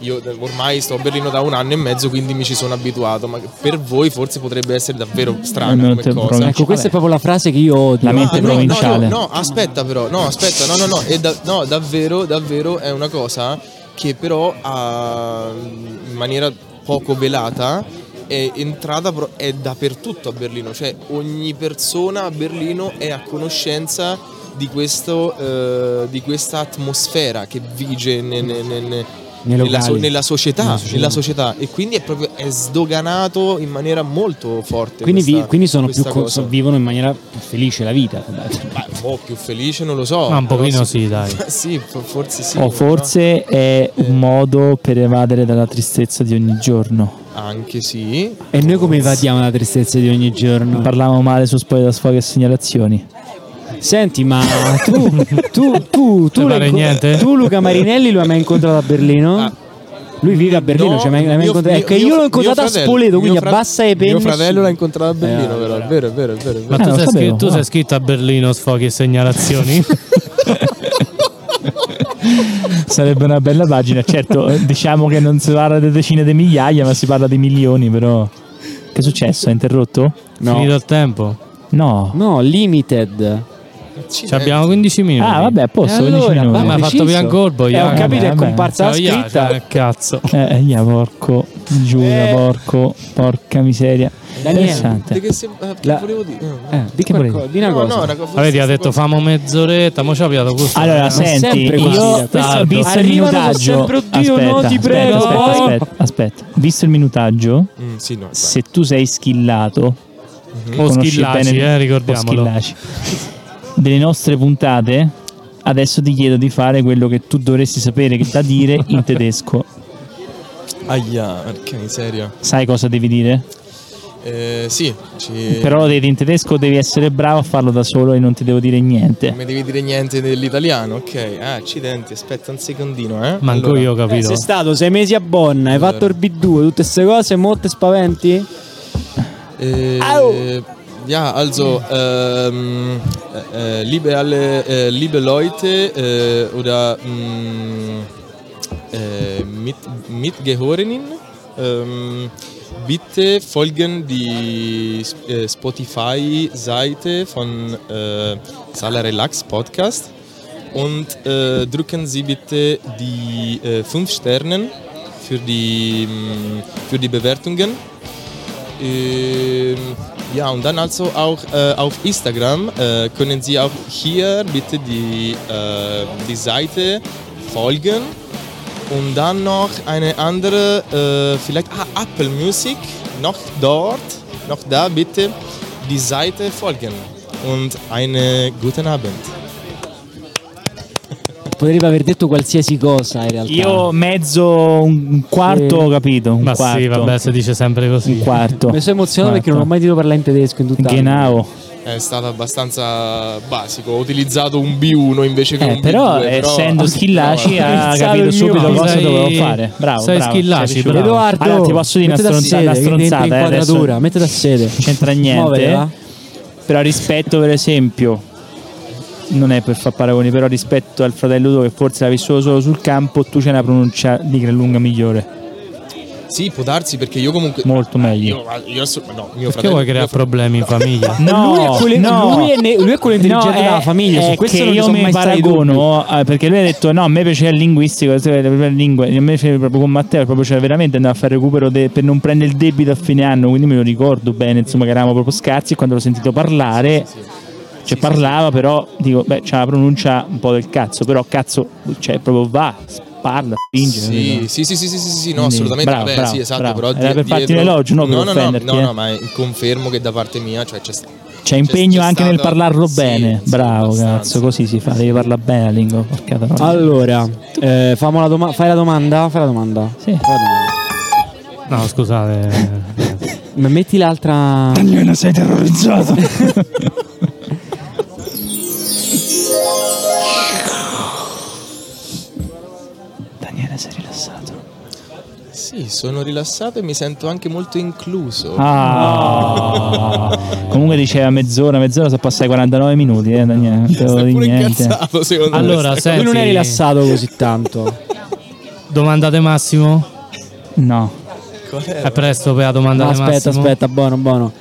Speaker 5: io ormai sto a Berlino da un anno e mezzo, quindi mi ci sono abituato, ma per voi forse potrebbe essere davvero strano
Speaker 1: Veramente
Speaker 5: come
Speaker 1: un
Speaker 5: cosa.
Speaker 1: problema.
Speaker 4: Ecco, questa è proprio la frase che io odio.
Speaker 1: La mente
Speaker 5: Ah, no,
Speaker 1: provinciale.
Speaker 5: No, no, aspetta però, no, aspetta, no, no, no, è da- no, davvero, davvero è una cosa che però ha, in maniera poco velata è entrata, pro- è dappertutto a Berlino, cioè ogni persona a Berlino è a conoscenza di, questo, eh, di questa atmosfera che vige ne- ne- ne- ne- nella, so-
Speaker 4: locali.
Speaker 5: nella società, nella società, e quindi è proprio è sdoganato in maniera molto forte.
Speaker 4: Quindi, vi-
Speaker 5: questa,
Speaker 4: quindi sono più
Speaker 5: questa
Speaker 4: co-
Speaker 5: cosa.
Speaker 4: vivono in maniera più felice la vita.
Speaker 5: Ma un po' Oh, più felice non lo so.
Speaker 3: Ma un
Speaker 5: però
Speaker 3: pochino sì, dai.
Speaker 5: *laughs* sì, fo- forse sì.
Speaker 1: O Oh, forse è
Speaker 5: Eh.
Speaker 1: un modo per evadere dalla tristezza di ogni giorno.
Speaker 5: però Anche sì.
Speaker 4: E noi come evadiamo la tristezza di ogni
Speaker 5: Eh.
Speaker 4: giorno?
Speaker 1: Parlavamo male su Spoiler da Sfoghi e Segnalazioni.
Speaker 4: Senti, ma tu, tu, tu, tu,
Speaker 3: Ne
Speaker 4: l'hai
Speaker 3: pare
Speaker 4: inco-
Speaker 3: niente?
Speaker 4: tu, Luca Marinelli lo hai mai incontrato a Berlino?
Speaker 5: Ah.
Speaker 4: Lui vive a Berlino,
Speaker 5: No,
Speaker 4: cioè, mai- l'hai mai
Speaker 5: mio-
Speaker 4: incontrato?
Speaker 5: mio-
Speaker 4: Ecco,
Speaker 5: mio-
Speaker 4: io l'ho
Speaker 5: mio
Speaker 4: incontrato a
Speaker 5: fratello-
Speaker 4: Spoleto,
Speaker 5: mio
Speaker 4: quindi
Speaker 5: fra-
Speaker 4: abbassa le penne.
Speaker 5: Mio fratello
Speaker 4: su-
Speaker 5: l'ha incontrato a Berlino, però. È vero, è vero, è vero. È
Speaker 3: Ma
Speaker 5: vero.
Speaker 1: Ah,
Speaker 3: tu,
Speaker 1: non
Speaker 3: sei,
Speaker 1: sapevo,
Speaker 3: scritto, tu
Speaker 1: ah.
Speaker 3: sei scritto a Berlino sfoghi
Speaker 1: *laughs*
Speaker 3: e segnalazioni?
Speaker 1: Sarebbe una bella pagina, certo. eh, diciamo che non si parla di decine di migliaia, ma si parla di milioni, però. Che è successo? Hai interrotto?
Speaker 3: Finito il tempo.
Speaker 1: No.
Speaker 4: No, limited.
Speaker 5: Accidenti.
Speaker 3: Ci abbiamo 15 minuti.
Speaker 1: Ah, vabbè, a posto,
Speaker 4: E allora,
Speaker 1: 15
Speaker 3: Ah,
Speaker 1: minuti.
Speaker 3: ma ha fatto
Speaker 4: preciso.
Speaker 3: via un colpo.
Speaker 4: Eh,
Speaker 3: io.
Speaker 4: ho capito,
Speaker 1: vabbè,
Speaker 4: è
Speaker 1: vabbè.
Speaker 4: comparsa la
Speaker 3: Ciao, io,
Speaker 4: scritta.
Speaker 3: cioè, cazzo.
Speaker 1: Eh, ia, porco, giura,
Speaker 4: Eh.
Speaker 1: porco, porca miseria.
Speaker 4: Daniele.
Speaker 1: Interessante.
Speaker 5: Di che se- eh, che
Speaker 4: La-
Speaker 5: volevo dire? No,
Speaker 4: Eh, di,
Speaker 1: Che
Speaker 4: qualco-
Speaker 1: volevi?
Speaker 4: di una
Speaker 5: no,
Speaker 4: cosa.
Speaker 5: no, raga, forse
Speaker 3: Avete, ha
Speaker 5: sta
Speaker 3: detto
Speaker 5: cosa-
Speaker 3: famo mezz'oretta, mo ci ha pillato questo.
Speaker 1: Allora,
Speaker 4: Ma
Speaker 1: senti,
Speaker 4: sempre così,
Speaker 1: io
Speaker 3: bastardo.
Speaker 1: visto il
Speaker 4: Arrivano, sono
Speaker 1: minutaggio,
Speaker 4: sempre, "Oddio,
Speaker 1: aspetta,
Speaker 4: no, ti
Speaker 1: aspetta,
Speaker 4: prego".
Speaker 1: aspetta, aspetta, aspetta. visto il minutaggio,
Speaker 5: Mm, sì, no,
Speaker 1: se tu sei schillato,
Speaker 3: Mhm. O
Speaker 1: conosci
Speaker 3: schillaci,
Speaker 1: bene-
Speaker 3: eh,
Speaker 1: o
Speaker 3: ricordiamolo.
Speaker 1: schillaci, delle nostre puntate, adesso ti chiedo di fare quello che tu dovresti sapere che da dire in tedesco.
Speaker 5: guarda. Aia, perché miseria.
Speaker 1: Sai cosa devi dire?
Speaker 5: Eh, sì, ci-
Speaker 1: Però lo devi in tedesco, devi essere bravo a farlo da solo e non ti devo dire
Speaker 5: Non
Speaker 1: niente.
Speaker 5: mi devi dire niente dell'italiano, ok. Ah, accidenti, aspetta un secondino, eh.
Speaker 3: Manco
Speaker 5: Allora,
Speaker 3: io ho capito.
Speaker 4: Sei stato sei mesi a Bonna, hai fatto il B2, tutte queste cose, molte spaventi?
Speaker 5: Eh, ja, also ähm, äh, äh, liebe alle, äh, liebe Leute äh, oder mh, äh, mit, mitgehörenen, ähm, bitte folgen die Sp- äh, Spotify-Seite von äh, Sala Relax Podcast und äh, drücken Sie bitte die äh, fünf Sternen für die, mh, für die Bewertungen. Ähm, ja, und dann also auch äh, auf Instagram äh, können Sie auch hier bitte die, äh, die Seite folgen. Und dann noch eine andere, äh, vielleicht ah, Apple Music, noch dort, noch da bitte die Seite folgen. Und einen guten Abend.
Speaker 4: Potrebbe aver detto qualsiasi cosa in realtà.
Speaker 1: Io mezzo un quarto
Speaker 4: Sì.
Speaker 1: ho capito, un
Speaker 3: Ma
Speaker 1: quarto.
Speaker 3: sì, vabbè, si dice sempre
Speaker 1: un
Speaker 3: così.
Speaker 1: quarto.
Speaker 4: Mi sono emozionato perché non ho mai detto parlare in tedesco in tutta la vita.
Speaker 1: Genau.
Speaker 5: È stato abbastanza basico, ho utilizzato un B1 invece che
Speaker 1: Eh,
Speaker 5: un
Speaker 1: però
Speaker 5: B2.
Speaker 1: *laughs* essendo schillaci ha
Speaker 4: Pensavo il
Speaker 1: capito
Speaker 4: mio
Speaker 1: subito
Speaker 4: mano.
Speaker 1: cosa
Speaker 3: Sei-
Speaker 1: dovevo fare. Bravo,
Speaker 3: sei
Speaker 1: bravo,
Speaker 3: schillaci,
Speaker 1: sei riuscito.
Speaker 3: bravo.
Speaker 4: Edoardo,
Speaker 1: Allora, ti posso dire una
Speaker 4: mettete a
Speaker 1: stronza- una
Speaker 4: sede, che dentro
Speaker 1: stronzata,
Speaker 4: in
Speaker 1: eh, adesso-
Speaker 4: quadratura, mettete a sede.
Speaker 1: C'entra niente.
Speaker 4: Muovela.
Speaker 1: Però rispetto per esempio non è per far paragoni, però rispetto al fratello tuo che forse l'ha vissuto solo sul campo, tu c'è una pronuncia di gran lunga migliore,
Speaker 5: Sì, può darsi perché io comunque...
Speaker 1: molto meglio.
Speaker 5: Io, io assu- no, mio
Speaker 3: Perché
Speaker 5: fratello...
Speaker 3: vuoi creare problemi
Speaker 1: *laughs*
Speaker 3: in famiglia?
Speaker 1: No,
Speaker 4: lui, è quello,
Speaker 1: no.
Speaker 4: lui, è ne- lui è quello intelligente
Speaker 1: No,
Speaker 4: della
Speaker 1: è-
Speaker 4: famiglia.
Speaker 1: è
Speaker 4: Su questo
Speaker 1: che
Speaker 4: non ci
Speaker 1: io
Speaker 4: sono
Speaker 1: mi
Speaker 4: mai stati dubbi.
Speaker 1: paragono eh, perché lui ha detto no a me piaceva il linguistico eh, le lingue a me piaceva proprio con Matteo proprio c'era veramente andava a fare recupero de- per non prendere il debito a fine anno quindi me lo ricordo bene insomma che eravamo proprio scarsi quando l'ho sentito parlare cioè parlava però dico beh c'ha la pronuncia un po' del cazzo però cazzo cioè proprio va parla spinge
Speaker 5: Sì,
Speaker 1: capito?
Speaker 5: sì, sì, sì, sì, sì, sì, no,
Speaker 1: Quindi,
Speaker 5: assolutamente.
Speaker 1: bravo,
Speaker 5: Vabbè,
Speaker 1: bravo,
Speaker 5: sì, esatto,
Speaker 1: bravo.
Speaker 5: però
Speaker 1: Era
Speaker 5: di-
Speaker 1: per farti
Speaker 5: dietro-
Speaker 1: un elogio, non per
Speaker 5: no, no, no,
Speaker 1: offenderti,
Speaker 5: no,
Speaker 1: eh.
Speaker 5: no, ma confermo che da parte mia, cioè c'è sta-
Speaker 1: c'è impegno
Speaker 5: c'è
Speaker 1: anche nel
Speaker 5: stato-
Speaker 1: parlarlo
Speaker 5: sì,
Speaker 1: bene
Speaker 5: sì,
Speaker 1: bravo
Speaker 5: abbastanza.
Speaker 1: cazzo così si fa devi parlare bene la lingua porca troia.
Speaker 4: Allora, eh, famo la doma- fai la domanda? Fai la domanda.
Speaker 1: Sì.
Speaker 4: Fai la domanda.
Speaker 3: No, scusate.
Speaker 4: Ma metti l'altra.
Speaker 1: Daniele sei terrorizzato Daniele sei rilassato
Speaker 5: Sì, Sì, sono rilassato e mi sento anche molto incluso.
Speaker 1: Ah. Comunque diceva mezz'ora, mezz'ora sono passati 49 minuti, eh, Daniele. Non te lo
Speaker 5: Sei
Speaker 1: dico
Speaker 5: pure
Speaker 1: niente.
Speaker 5: incazzato, secondo
Speaker 3: Allora,
Speaker 5: me.
Speaker 3: senti,
Speaker 4: Lui non è rilassato così tanto.
Speaker 3: domandate Massimo?
Speaker 1: No.
Speaker 3: È presto per la domanda
Speaker 4: Eh, No,
Speaker 3: di
Speaker 4: aspetta,
Speaker 3: Massimo.
Speaker 4: aspetta, buono, buono.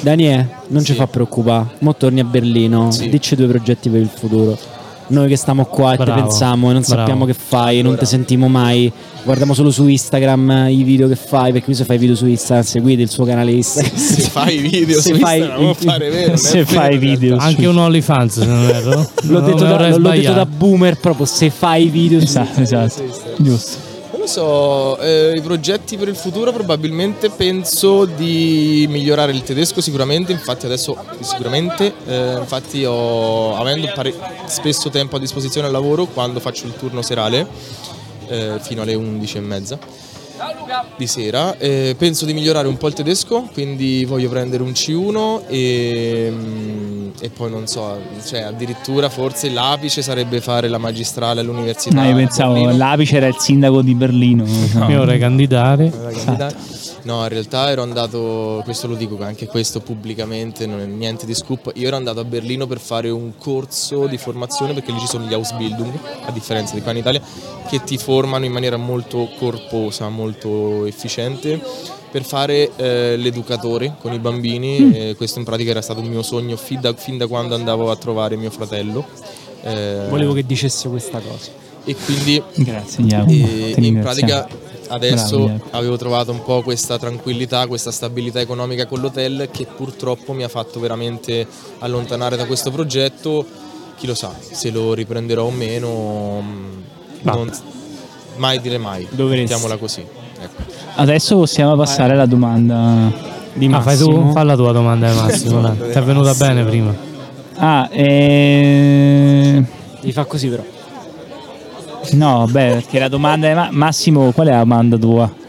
Speaker 4: Daniele, non ci fa preoccupare. Mo torni a Berlino.
Speaker 5: Sì.
Speaker 4: Dici due progetti per il futuro. Noi che stiamo qua e
Speaker 3: Bravo,
Speaker 4: te pensiamo e non
Speaker 3: bravo.
Speaker 4: sappiamo che fai, non ti sentimo mai. Guardiamo solo su Instagram i video che fai, perché lui se fai video su Instagram, seguite il suo
Speaker 3: *laughs*
Speaker 4: canale
Speaker 5: *laughs*
Speaker 4: Instagram.
Speaker 5: Se fai i video
Speaker 4: Se
Speaker 5: su
Speaker 4: fai-
Speaker 5: Instagram, non fare vero. non è
Speaker 1: Se
Speaker 5: vero,
Speaker 1: fai
Speaker 5: in realtà.
Speaker 1: video. su-
Speaker 3: Anche un OnlyFans, se non erro.
Speaker 4: *laughs* L'ho,
Speaker 3: Non mi
Speaker 4: detto, da,
Speaker 3: vorrei
Speaker 4: l'ho- l'ho detto
Speaker 3: sbagliare.
Speaker 4: da boomer proprio, se fai i video su
Speaker 1: Esatto, esatto. Giusto.
Speaker 5: Non lo so, eh, i progetti per il futuro probabilmente penso di migliorare il tedesco sicuramente, infatti adesso sicuramente, eh, infatti ho, avendo pare- spesso tempo a disposizione al lavoro quando faccio il turno serale eh, fino alle 11 e mezza di sera, eh, penso di migliorare un po' il tedesco, quindi voglio prendere un C1 e, mm, e poi non so, cioè addirittura forse l'apice sarebbe fare la magistrale all'università.
Speaker 1: No, io
Speaker 5: a
Speaker 1: pensavo
Speaker 5: Berlino.
Speaker 1: l'apice era il sindaco di
Speaker 5: *laughs*
Speaker 1: Berlino.
Speaker 3: Io vorrei candidare.
Speaker 5: Allora, candidati- No, in realtà ero andato, questo lo dico anche questo pubblicamente, non è niente di scoop, io ero andato a Berlino per fare un corso di formazione perché lì ci sono gli Ausbildung, a differenza di qua in Italia, che ti formano in maniera molto corposa, molto efficiente per fare eh, l'educatore con i bambini, eh, questo in pratica era stato un mio sogno fin da, fin da quando andavo a trovare mio fratello. eh,
Speaker 4: Volevo che dicesse questa cosa.
Speaker 5: E quindi
Speaker 1: Grazie, Jacopo.
Speaker 5: e
Speaker 1: Ti
Speaker 5: in
Speaker 1: ringraziamo.
Speaker 5: pratica adesso
Speaker 1: Bravo, Jacopo.
Speaker 5: avevo trovato un po' questa tranquillità, questa stabilità economica con l'hotel che purtroppo mi ha fatto veramente allontanare da questo progetto. Chi lo sa, se lo riprenderò o meno, mh, non- mai dire mai.
Speaker 4: Dovresti.
Speaker 5: Mettiamola così. Ecco.
Speaker 1: Adesso possiamo
Speaker 5: Eh.
Speaker 1: passare alla domanda.
Speaker 4: Di
Speaker 3: Ah, fai
Speaker 4: Massimo.
Speaker 3: tu? Fa la tua domanda, eh, Massimo. dai. Ti è venuta bene prima.
Speaker 1: Ah, eh...
Speaker 4: Devi fa così però.
Speaker 1: no, beh, perché la domanda è ma- Massimo, qual è la domanda tua?